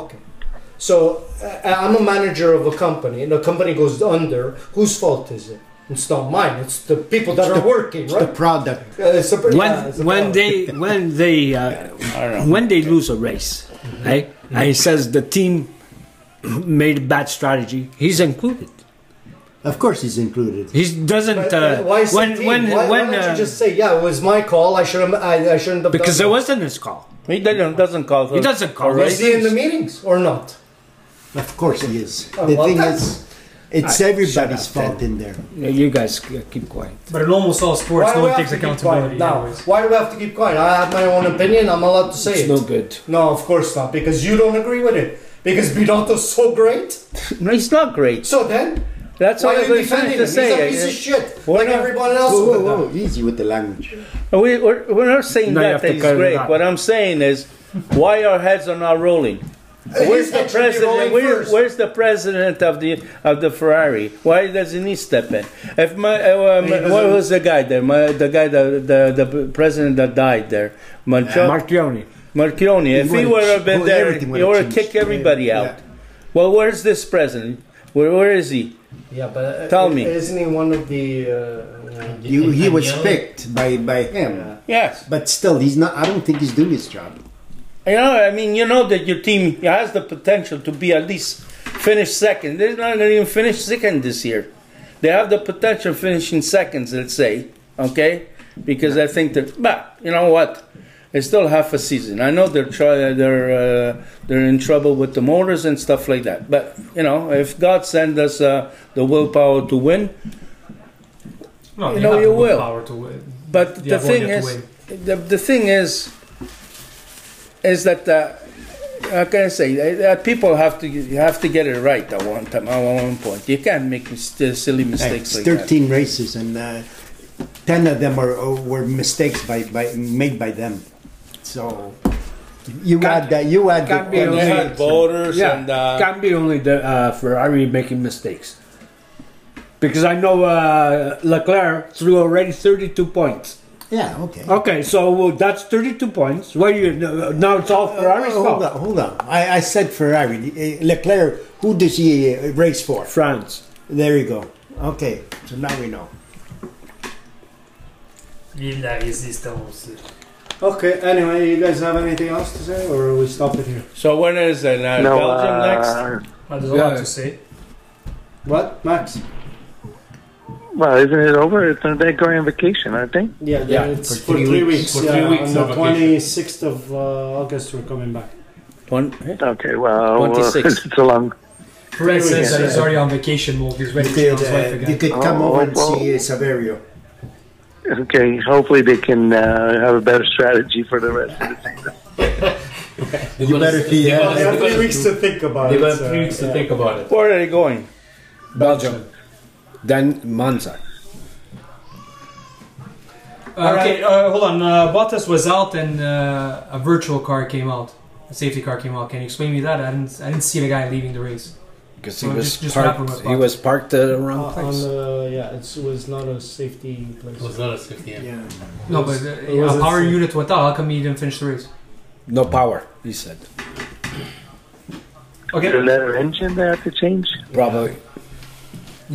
S1: Okay. So uh, I'm a manager of a company, and the company goes under. Whose fault is it? It's not mine. It's the people that are working,
S9: The
S1: right?
S9: product.
S1: Uh, it's the-
S3: when
S1: yeah, it's the
S3: when
S1: product.
S3: they when they uh,
S2: don't know.
S3: when they lose a race, right? And he says the team made a bad strategy. He's included.
S9: Of course, he's included.
S3: He doesn't.
S1: But,
S3: Uh,
S1: uh, why is
S3: when
S1: it team?
S3: when
S1: why,
S3: when
S1: why don't
S3: uh,
S1: you just say yeah it was my call I should have I, I shouldn't have
S3: because it
S1: done
S3: wasn't his call.
S2: He doesn't, doesn't call.
S3: He doesn't call.
S1: that. was he in the meetings or not
S9: Of course, he is.
S1: Oh,
S9: the
S1: well,
S9: thing
S1: that's-
S9: is, it's everybody's fault in there.
S3: Yeah, You guys uh, keep quiet.
S4: But in almost all sports,
S1: why do
S4: no
S1: we
S4: one
S1: have
S4: takes
S1: to keep
S4: accountability.
S1: quiet now
S4: anyways.
S1: why do we have to keep quiet I have my own opinion I'm allowed to say
S3: It's
S1: it
S3: no good.
S1: no of course not because you don't agree with it because Binotto's so great
S2: No, he's not great.
S1: so then
S2: That's
S1: why
S2: all
S1: are
S2: I'm
S1: you
S2: going
S1: defending him
S2: to
S1: he's a
S2: say.
S1: piece of shit
S2: Why
S1: like
S2: not?
S1: everyone else
S9: Whoa,
S1: over
S9: whoa,
S1: there.
S9: whoa. Easy with the language.
S2: We, we're, we're not saying
S3: No, you have
S2: that,
S3: to
S2: that he's
S3: cut it
S2: great.
S3: out.
S2: What I'm saying is, why our heads are not rolling?
S1: His
S2: Where's the
S1: head should be
S2: president?
S1: rolling
S2: Where,
S1: first.
S2: where's the president of the of the Ferrari? Why doesn't he step in? If my, uh, um,
S1: He doesn't-
S2: what was the guy there? My, the guy that the, the president that died there, Mancio-
S3: Marchioni.
S2: Marchione. If he
S9: would've
S2: would have
S9: ch-
S2: been
S9: well,
S2: there, he
S9: everything would've
S2: would have
S9: changed.
S2: kicked everybody
S9: Yeah.
S2: out. Well, where's this president? Where, where is he?
S1: yeah but uh,
S2: Tell me.
S1: isn't he one of the uh, uh,
S9: You, he was picked by, by him.
S2: Yes,
S9: But still, he's not. I don't think he's doing his job.
S2: you know. I mean, you know that your team has the potential to be at least finish second. They're not going to even finish second this year. They have the potential of finishing seconds. Let's say, okay, because I think that. But you know what? It's still half a season. I know they're try, they're uh, they're in trouble with the motors and stuff like that. But you know, if God send us uh, the willpower to win,
S4: No,
S2: You know,
S4: have
S2: you
S4: the
S2: will.
S4: Power to win.
S2: But
S4: Yeah,
S2: the
S4: well, you
S2: thing
S4: have to
S2: is, the, the thing is, is that uh, how can I say uh, uh, people have to you have to get it right at one time at one point. You can't make mis- uh, silly mistakes
S9: It's
S2: like that.
S9: 13 races, and uh, 10 of them are, uh, were mistakes by, by made by them. So you add that. You add
S3: can't
S9: the,
S3: be
S2: And they had borders
S3: Yeah,
S2: and uh,
S3: can't be only the uh, Ferrari making mistakes. Because I know uh, Leclerc threw already 32 points.
S9: Yeah, okay.
S3: Okay, so well, that's 32 points. What do you now? It's all Ferrari's
S9: Oh, hold on,
S3: fault.
S9: hold on. I, I said Ferrari. Eh, Leclerc, who does he eh, race for?
S3: France.
S9: There you go. Okay, so now we know.
S4: L'île résistance.
S1: Okay, anyway, you guys have anything else to say, or we stop it here?
S2: so when is it? Uh,
S8: no,
S2: Belgium next?
S8: uh,
S4: Well, there's a lot
S3: Yeah.
S4: to say.
S1: What, Max?
S8: well, isn't it over? It's, they're going on vacation, aren't they?
S1: Yeah,
S9: Yeah,
S1: it's for three weeks.
S5: For
S1: yeah,
S5: three weeks
S1: on the
S5: of vacation.
S1: 26th of uh, August, we're coming back.
S2: One, eh?
S8: Okay, well, well,
S2: 26.
S8: it's a long.
S4: Perez
S1: Yeah.
S4: says that he's already on vacation mode. He's ready
S9: You
S4: to kill
S9: could,
S4: his wife
S9: uh, you
S4: again.
S9: could come
S8: Oh,
S9: over and
S8: well.
S9: see eh, Saverio.
S8: Okay, hopefully they can uh, have a better strategy for the rest. of the
S5: They're
S9: You
S5: gonna-
S9: better
S1: Well,
S5: they're gonna-
S9: be, uh,
S1: they have
S5: they're
S1: three
S5: gonna-
S1: weeks to think about
S5: They're
S1: it.
S5: gonna have
S1: so,
S5: three weeks to
S1: yeah.
S5: think about it.
S2: Where are they going?
S3: Belgium. Then Monza.
S4: Uh, okay, uh, hold on. Uh, Bottas was out and uh, a virtual car came out. A safety car came out. Can you explain me that? I didn't. I didn't see the guy leaving the race.
S3: Because he
S4: Well,
S3: was
S4: just- just wrap it
S3: parked.
S4: with
S3: He was parked at the wrong
S1: Uh, on
S3: place.
S1: the, yeah, it's- it was not a safety place.
S5: It was not a 50 yeah.
S9: Yeah.
S4: No,
S1: It was-
S4: but uh,
S1: it was
S4: a power
S1: insane.
S4: unit went out. How come he didn't finish the race?
S3: No power. He said
S4: Okay.
S8: Is that an engine they have to change?
S3: probably.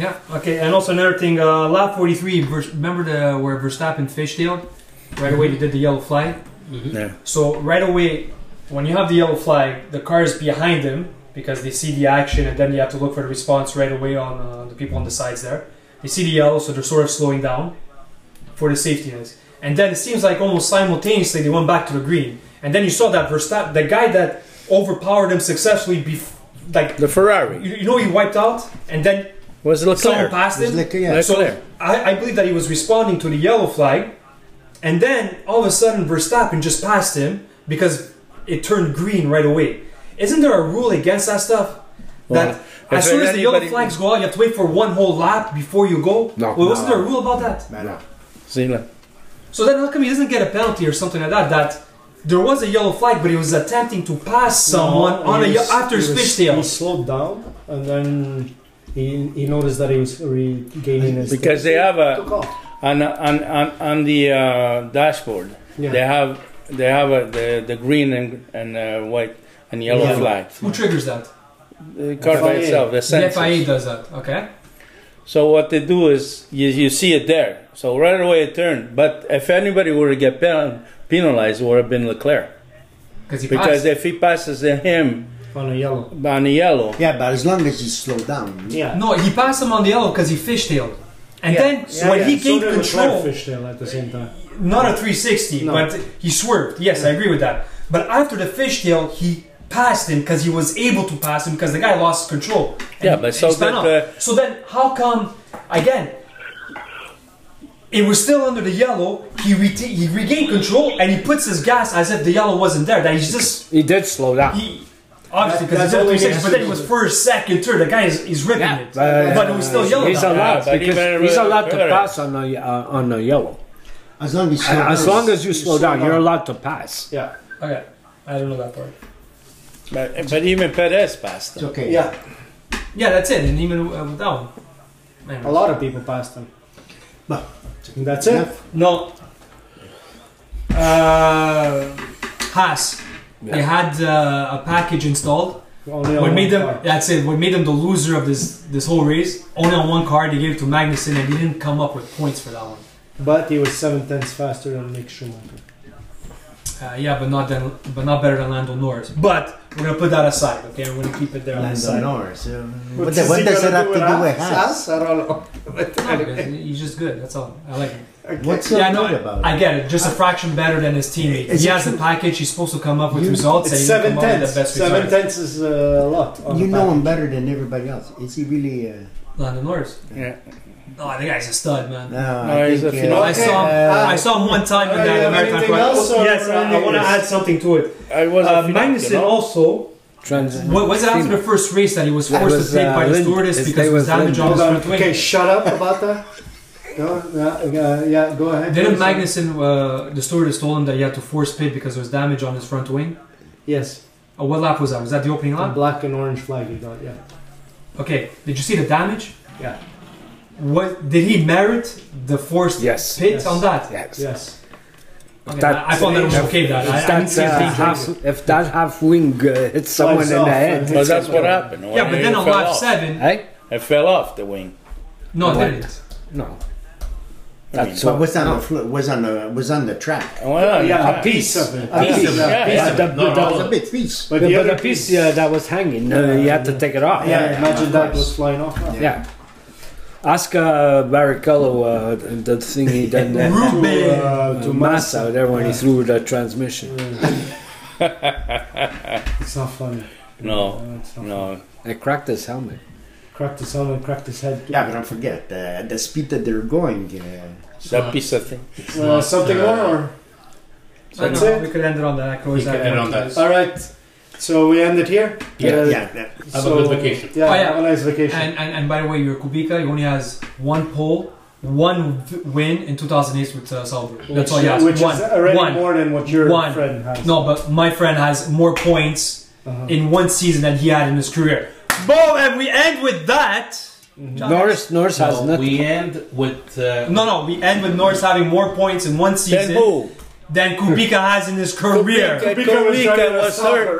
S4: Yeah. Okay. And also another thing, uh, lap 43. Vers- remember the where Verstappen fishtailed? Right away, they did the yellow flag.
S2: Yeah.
S4: So right away, when you have the yellow flag, the car is behind him because they see the action, and then you have to look for the response right away on uh, the people on the sides there. They see the yellow, so they're sort of slowing down for the safety nets. And then it seems like almost simultaneously they went back to the green. And then you saw that Verstappen, the guy that overpowered him successfully, bef- like
S2: The Ferrari
S4: you, you know he wiped out, and then
S2: was
S4: someone
S2: Leclerc.
S4: passed him.
S9: Leclerc, yeah.
S2: Leclerc.
S4: I, I believe that he was responding to the yellow flag, and then all of a sudden Verstappen just passed him because it turned green right away. Isn't there a rule against that stuff?
S2: Well,
S4: That as
S2: if
S4: soon as the yellow
S2: anybody-
S4: flags go out, you have to wait for one whole lap before you go.
S3: No.
S4: well, wasn't
S3: No.
S4: there a rule about that?
S9: No, no.
S2: Zealand.
S4: So then, how come he doesn't get a penalty or something like that? That there was a yellow flag, but he was attempting to pass someone
S1: No,
S4: on a
S1: he
S4: ye-
S1: was-
S4: after
S1: he
S4: his
S1: was- He
S4: fishtail.
S1: slowed down, and then he, he noticed that he was regaining his.
S2: Because they have
S1: Took
S2: a
S1: off.
S2: on on on, on the uh, dashboard.
S1: Yeah.
S2: They have they have a, the the green and and uh, white and yellow
S1: Yeah.
S2: flag.
S4: Who triggers that?
S2: The car by
S1: FIA.
S2: itself, the
S4: The
S2: sensors.
S4: FIA does that. Okay.
S2: So what they do is you, you see it there. So right away it turned. But if anybody were to get pen, penalized, it would have been Leclerc
S4: Because he
S2: because
S4: passed.
S2: if he passes him
S1: On a yellow.
S2: on the yellow,
S9: Yeah, but as long as you slow down.
S1: Yeah.
S4: No, he passed him on the yellow because he fishtailed. And then
S1: Yeah,
S4: when
S1: yeah.
S4: he
S1: So
S4: gained
S1: did Leclerc
S4: control,
S1: Fishtail at the same time.
S4: not a 360,
S1: No.
S4: but he swerved. Yes, I agree with that. But after the fishtail, he passed him because he was able to pass him because the guy lost control. And
S2: Yeah,
S4: he-
S2: but
S4: and
S2: so
S4: he spun
S2: that,
S4: out.
S2: uh,
S4: so then how come again? It was still under the yellow. He reta- he regained control and he puts his gas as if the yellow wasn't there. That he's just
S3: He did slow down.
S4: he obviously
S1: That- that's
S4: because he's
S1: all he
S4: only six,
S1: needs
S4: but
S1: to
S4: then he
S1: do.
S4: was first, second, third. The guy is he's ripping
S3: Yeah,
S4: it,
S3: but-
S4: but it was still yellow.
S3: Uh, He's
S4: now.
S3: allowed
S2: but
S3: because
S2: even
S3: he's
S2: with
S3: allowed to
S2: Ferrari.
S3: pass on a uh, on a yellow.
S9: As long as you slow down.
S3: As long as you slow
S1: slow
S3: down, you're
S1: down.
S3: allowed to pass.
S1: Yeah.
S4: Okay, I don't know that part.
S2: but, but even Perez passed
S9: It's
S2: him.
S9: okay.
S1: Yeah.
S4: Yeah, that's it. And even uh, with that one. Man.
S1: A lot of people passed him.
S9: Well,
S1: And that's it.
S9: enough.
S4: No. Uh, Haas. They had uh, a package installed.
S1: Only on
S4: What
S1: one
S4: made them?
S1: car.
S4: That's it. What made them the loser of this this whole race? Only on one car, they gave it to Magnussen, and he didn't come up with points for that one.
S1: But he was seven tenths faster than Mick Schumacher.
S4: Uh, yeah, but not than, but not better than Lando Norris. But we're gonna put that aside, okay? We're gonna keep it there on the
S9: Lando
S4: side.
S9: Norris. uh, What, the- what does it have to do with us?
S1: I don't know.
S4: No, because he- he's just good. That's all. I like him.
S9: What's so
S4: Yeah, no,
S9: good about it?
S4: I get it. Just a fraction better than his teammate.
S9: Is
S4: he
S9: it
S4: has the
S9: true?
S4: package. He's supposed to come up with results, and
S1: It's
S4: he's
S1: seven
S4: come up with
S1: tenths.
S4: the best
S1: Seven
S4: results.
S1: tenths is uh, a lot. on
S9: you
S1: a
S9: know
S1: package.
S9: him better than everybody else. Is he really? Uh,
S4: London Norris.
S2: Yeah.
S4: Oh, the guy's a stud, man.
S9: no,
S2: No,
S9: I
S2: he's
S9: think,
S2: a
S9: uh,
S2: phenomenon.
S4: I saw him. I
S9: Uh,
S4: saw him one time in
S1: Alright, you
S4: that
S1: have
S4: American
S1: anything
S4: Pride.
S1: else,
S4: Oh,
S1: or
S4: yes, I,
S1: anything
S4: want to
S1: else?
S4: add something to it.
S2: I was
S4: Uh,
S2: a phenomenon,
S4: Magnussen
S2: you know?
S4: also
S3: Trans-
S4: What was after the first race that he was forced
S3: was,
S4: to take
S3: uh,
S4: by the
S3: Lind-
S4: stewardess
S3: his
S4: because
S3: name
S4: of was
S3: was
S4: damage on his
S1: Hold on.
S4: front wing?
S1: Okay, shut up about that. No, no, uh, yeah, go ahead.
S4: Didn't
S1: please.
S4: Magnussen, uh, the stewardess told him that he had to force pit because there was damage on his front wing?
S1: Yes,
S4: Uh, what lap was that? Was that the opening
S1: the
S4: lap?
S1: black and orange flag you got. Yeah,
S4: Okay, did you see the damage?
S1: Yeah.
S4: What did he merit the forced
S3: Yes.
S4: pit
S1: Yes.
S4: on that?
S3: Yes.
S1: yes.
S4: Okay,
S3: That-
S4: I, I thought that was okay. That I,
S3: If
S4: I didn't
S3: that,
S4: see
S3: uh,
S4: a danger.
S3: half, if that half wing uh, hits someone in the
S1: off,
S3: head, eh?
S1: uh,
S2: Well, that's what happened.
S4: yeah, but then
S2: I
S4: on
S2: fell
S4: lap
S2: off.
S4: seven,
S3: hey?
S2: I fell off the wing.
S4: no,
S3: What?
S4: it didn't.
S3: No.
S2: mean,
S3: That's
S9: but
S3: what.
S9: was on the flo- was on the was on the track.
S2: Well,
S1: Yeah, a piece of it.
S9: A piece.
S2: yeah,
S9: Yeah,
S2: yeah.
S3: the,
S5: No,
S9: that was
S5: no.
S9: a bit piece.
S1: But
S3: the,
S1: the
S3: but
S1: other
S3: the piece uh, that was hanging, uh, you had to take it off.
S1: Yeah,
S9: Yeah,
S1: imagine
S9: of
S1: that
S9: course.
S1: was flying off. huh?
S3: Yeah. Oscar Barrichello, uh, the thing he done uh,
S1: To,
S4: Ruben.
S1: uh, to
S3: to Massa
S1: Massa.
S3: there when he threw the transmission.
S1: It's not funny.
S2: No,
S1: Uh, it's not funny.
S2: no.
S3: I cracked his helmet.
S1: Cracked his helmet, cracked his head. too.
S9: Yeah, but don't forget uh, the speed that they're going. Uh,
S2: That piece of thing.
S1: Uh, something more. Or?
S4: I
S1: That's
S4: know,
S1: it.
S4: We could end it on that. I could always
S5: We could
S4: add
S5: end
S4: more
S5: on
S4: to
S5: that.
S4: this.
S1: All right. So we end it here.
S9: yeah,
S1: Uh,
S9: yeah, that-
S5: Have a good vacation.
S1: Yeah,
S4: Oh, yeah.
S1: have a nice vacation.
S4: And, and and by the way, your Kubica he only has one pole, one v- win in 2008 with uh, Salzburg. That's all he has.
S1: Which
S4: one,
S1: is already
S4: one.
S1: more than what your
S4: One.
S1: friend has.
S4: No, but my friend has more points
S1: Uh-huh.
S4: in one season than he had in his career. Boom! And we end with that.
S3: Norris, Norris has
S5: So
S3: nothing.
S5: we end with uh,
S4: No, no, we end with Norris having more points in one season
S2: Then who?
S4: than Kubica has in his career.
S2: Kubica.
S1: Because
S2: Kubica
S1: driving a
S2: was
S1: soccer.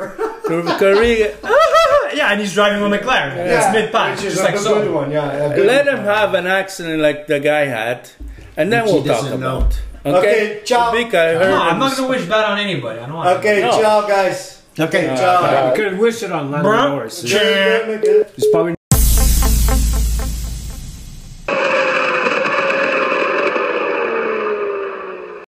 S2: Korea.
S4: yeah, and he's driving with McLaren.
S1: Yeah,
S4: It's mid pack,
S1: which is
S4: just
S1: like a
S4: like so.
S1: good one. Yeah, a good
S2: Let
S1: one.
S2: him have an accident like the guy had, and then
S9: Which he
S2: we'll talk
S9: doesn't know.
S2: about. it.
S1: Okay, ciao.
S2: Kubica, I heard
S4: No, I'm
S2: him
S4: not gonna wish bad on anybody. I don't want
S1: Okay,
S2: No.
S1: ciao, guys.
S9: okay.
S1: Ciao.
S3: You could wish it on Lando
S4: Bruh.
S3: Norris.
S1: Ciao.
S3: He's probably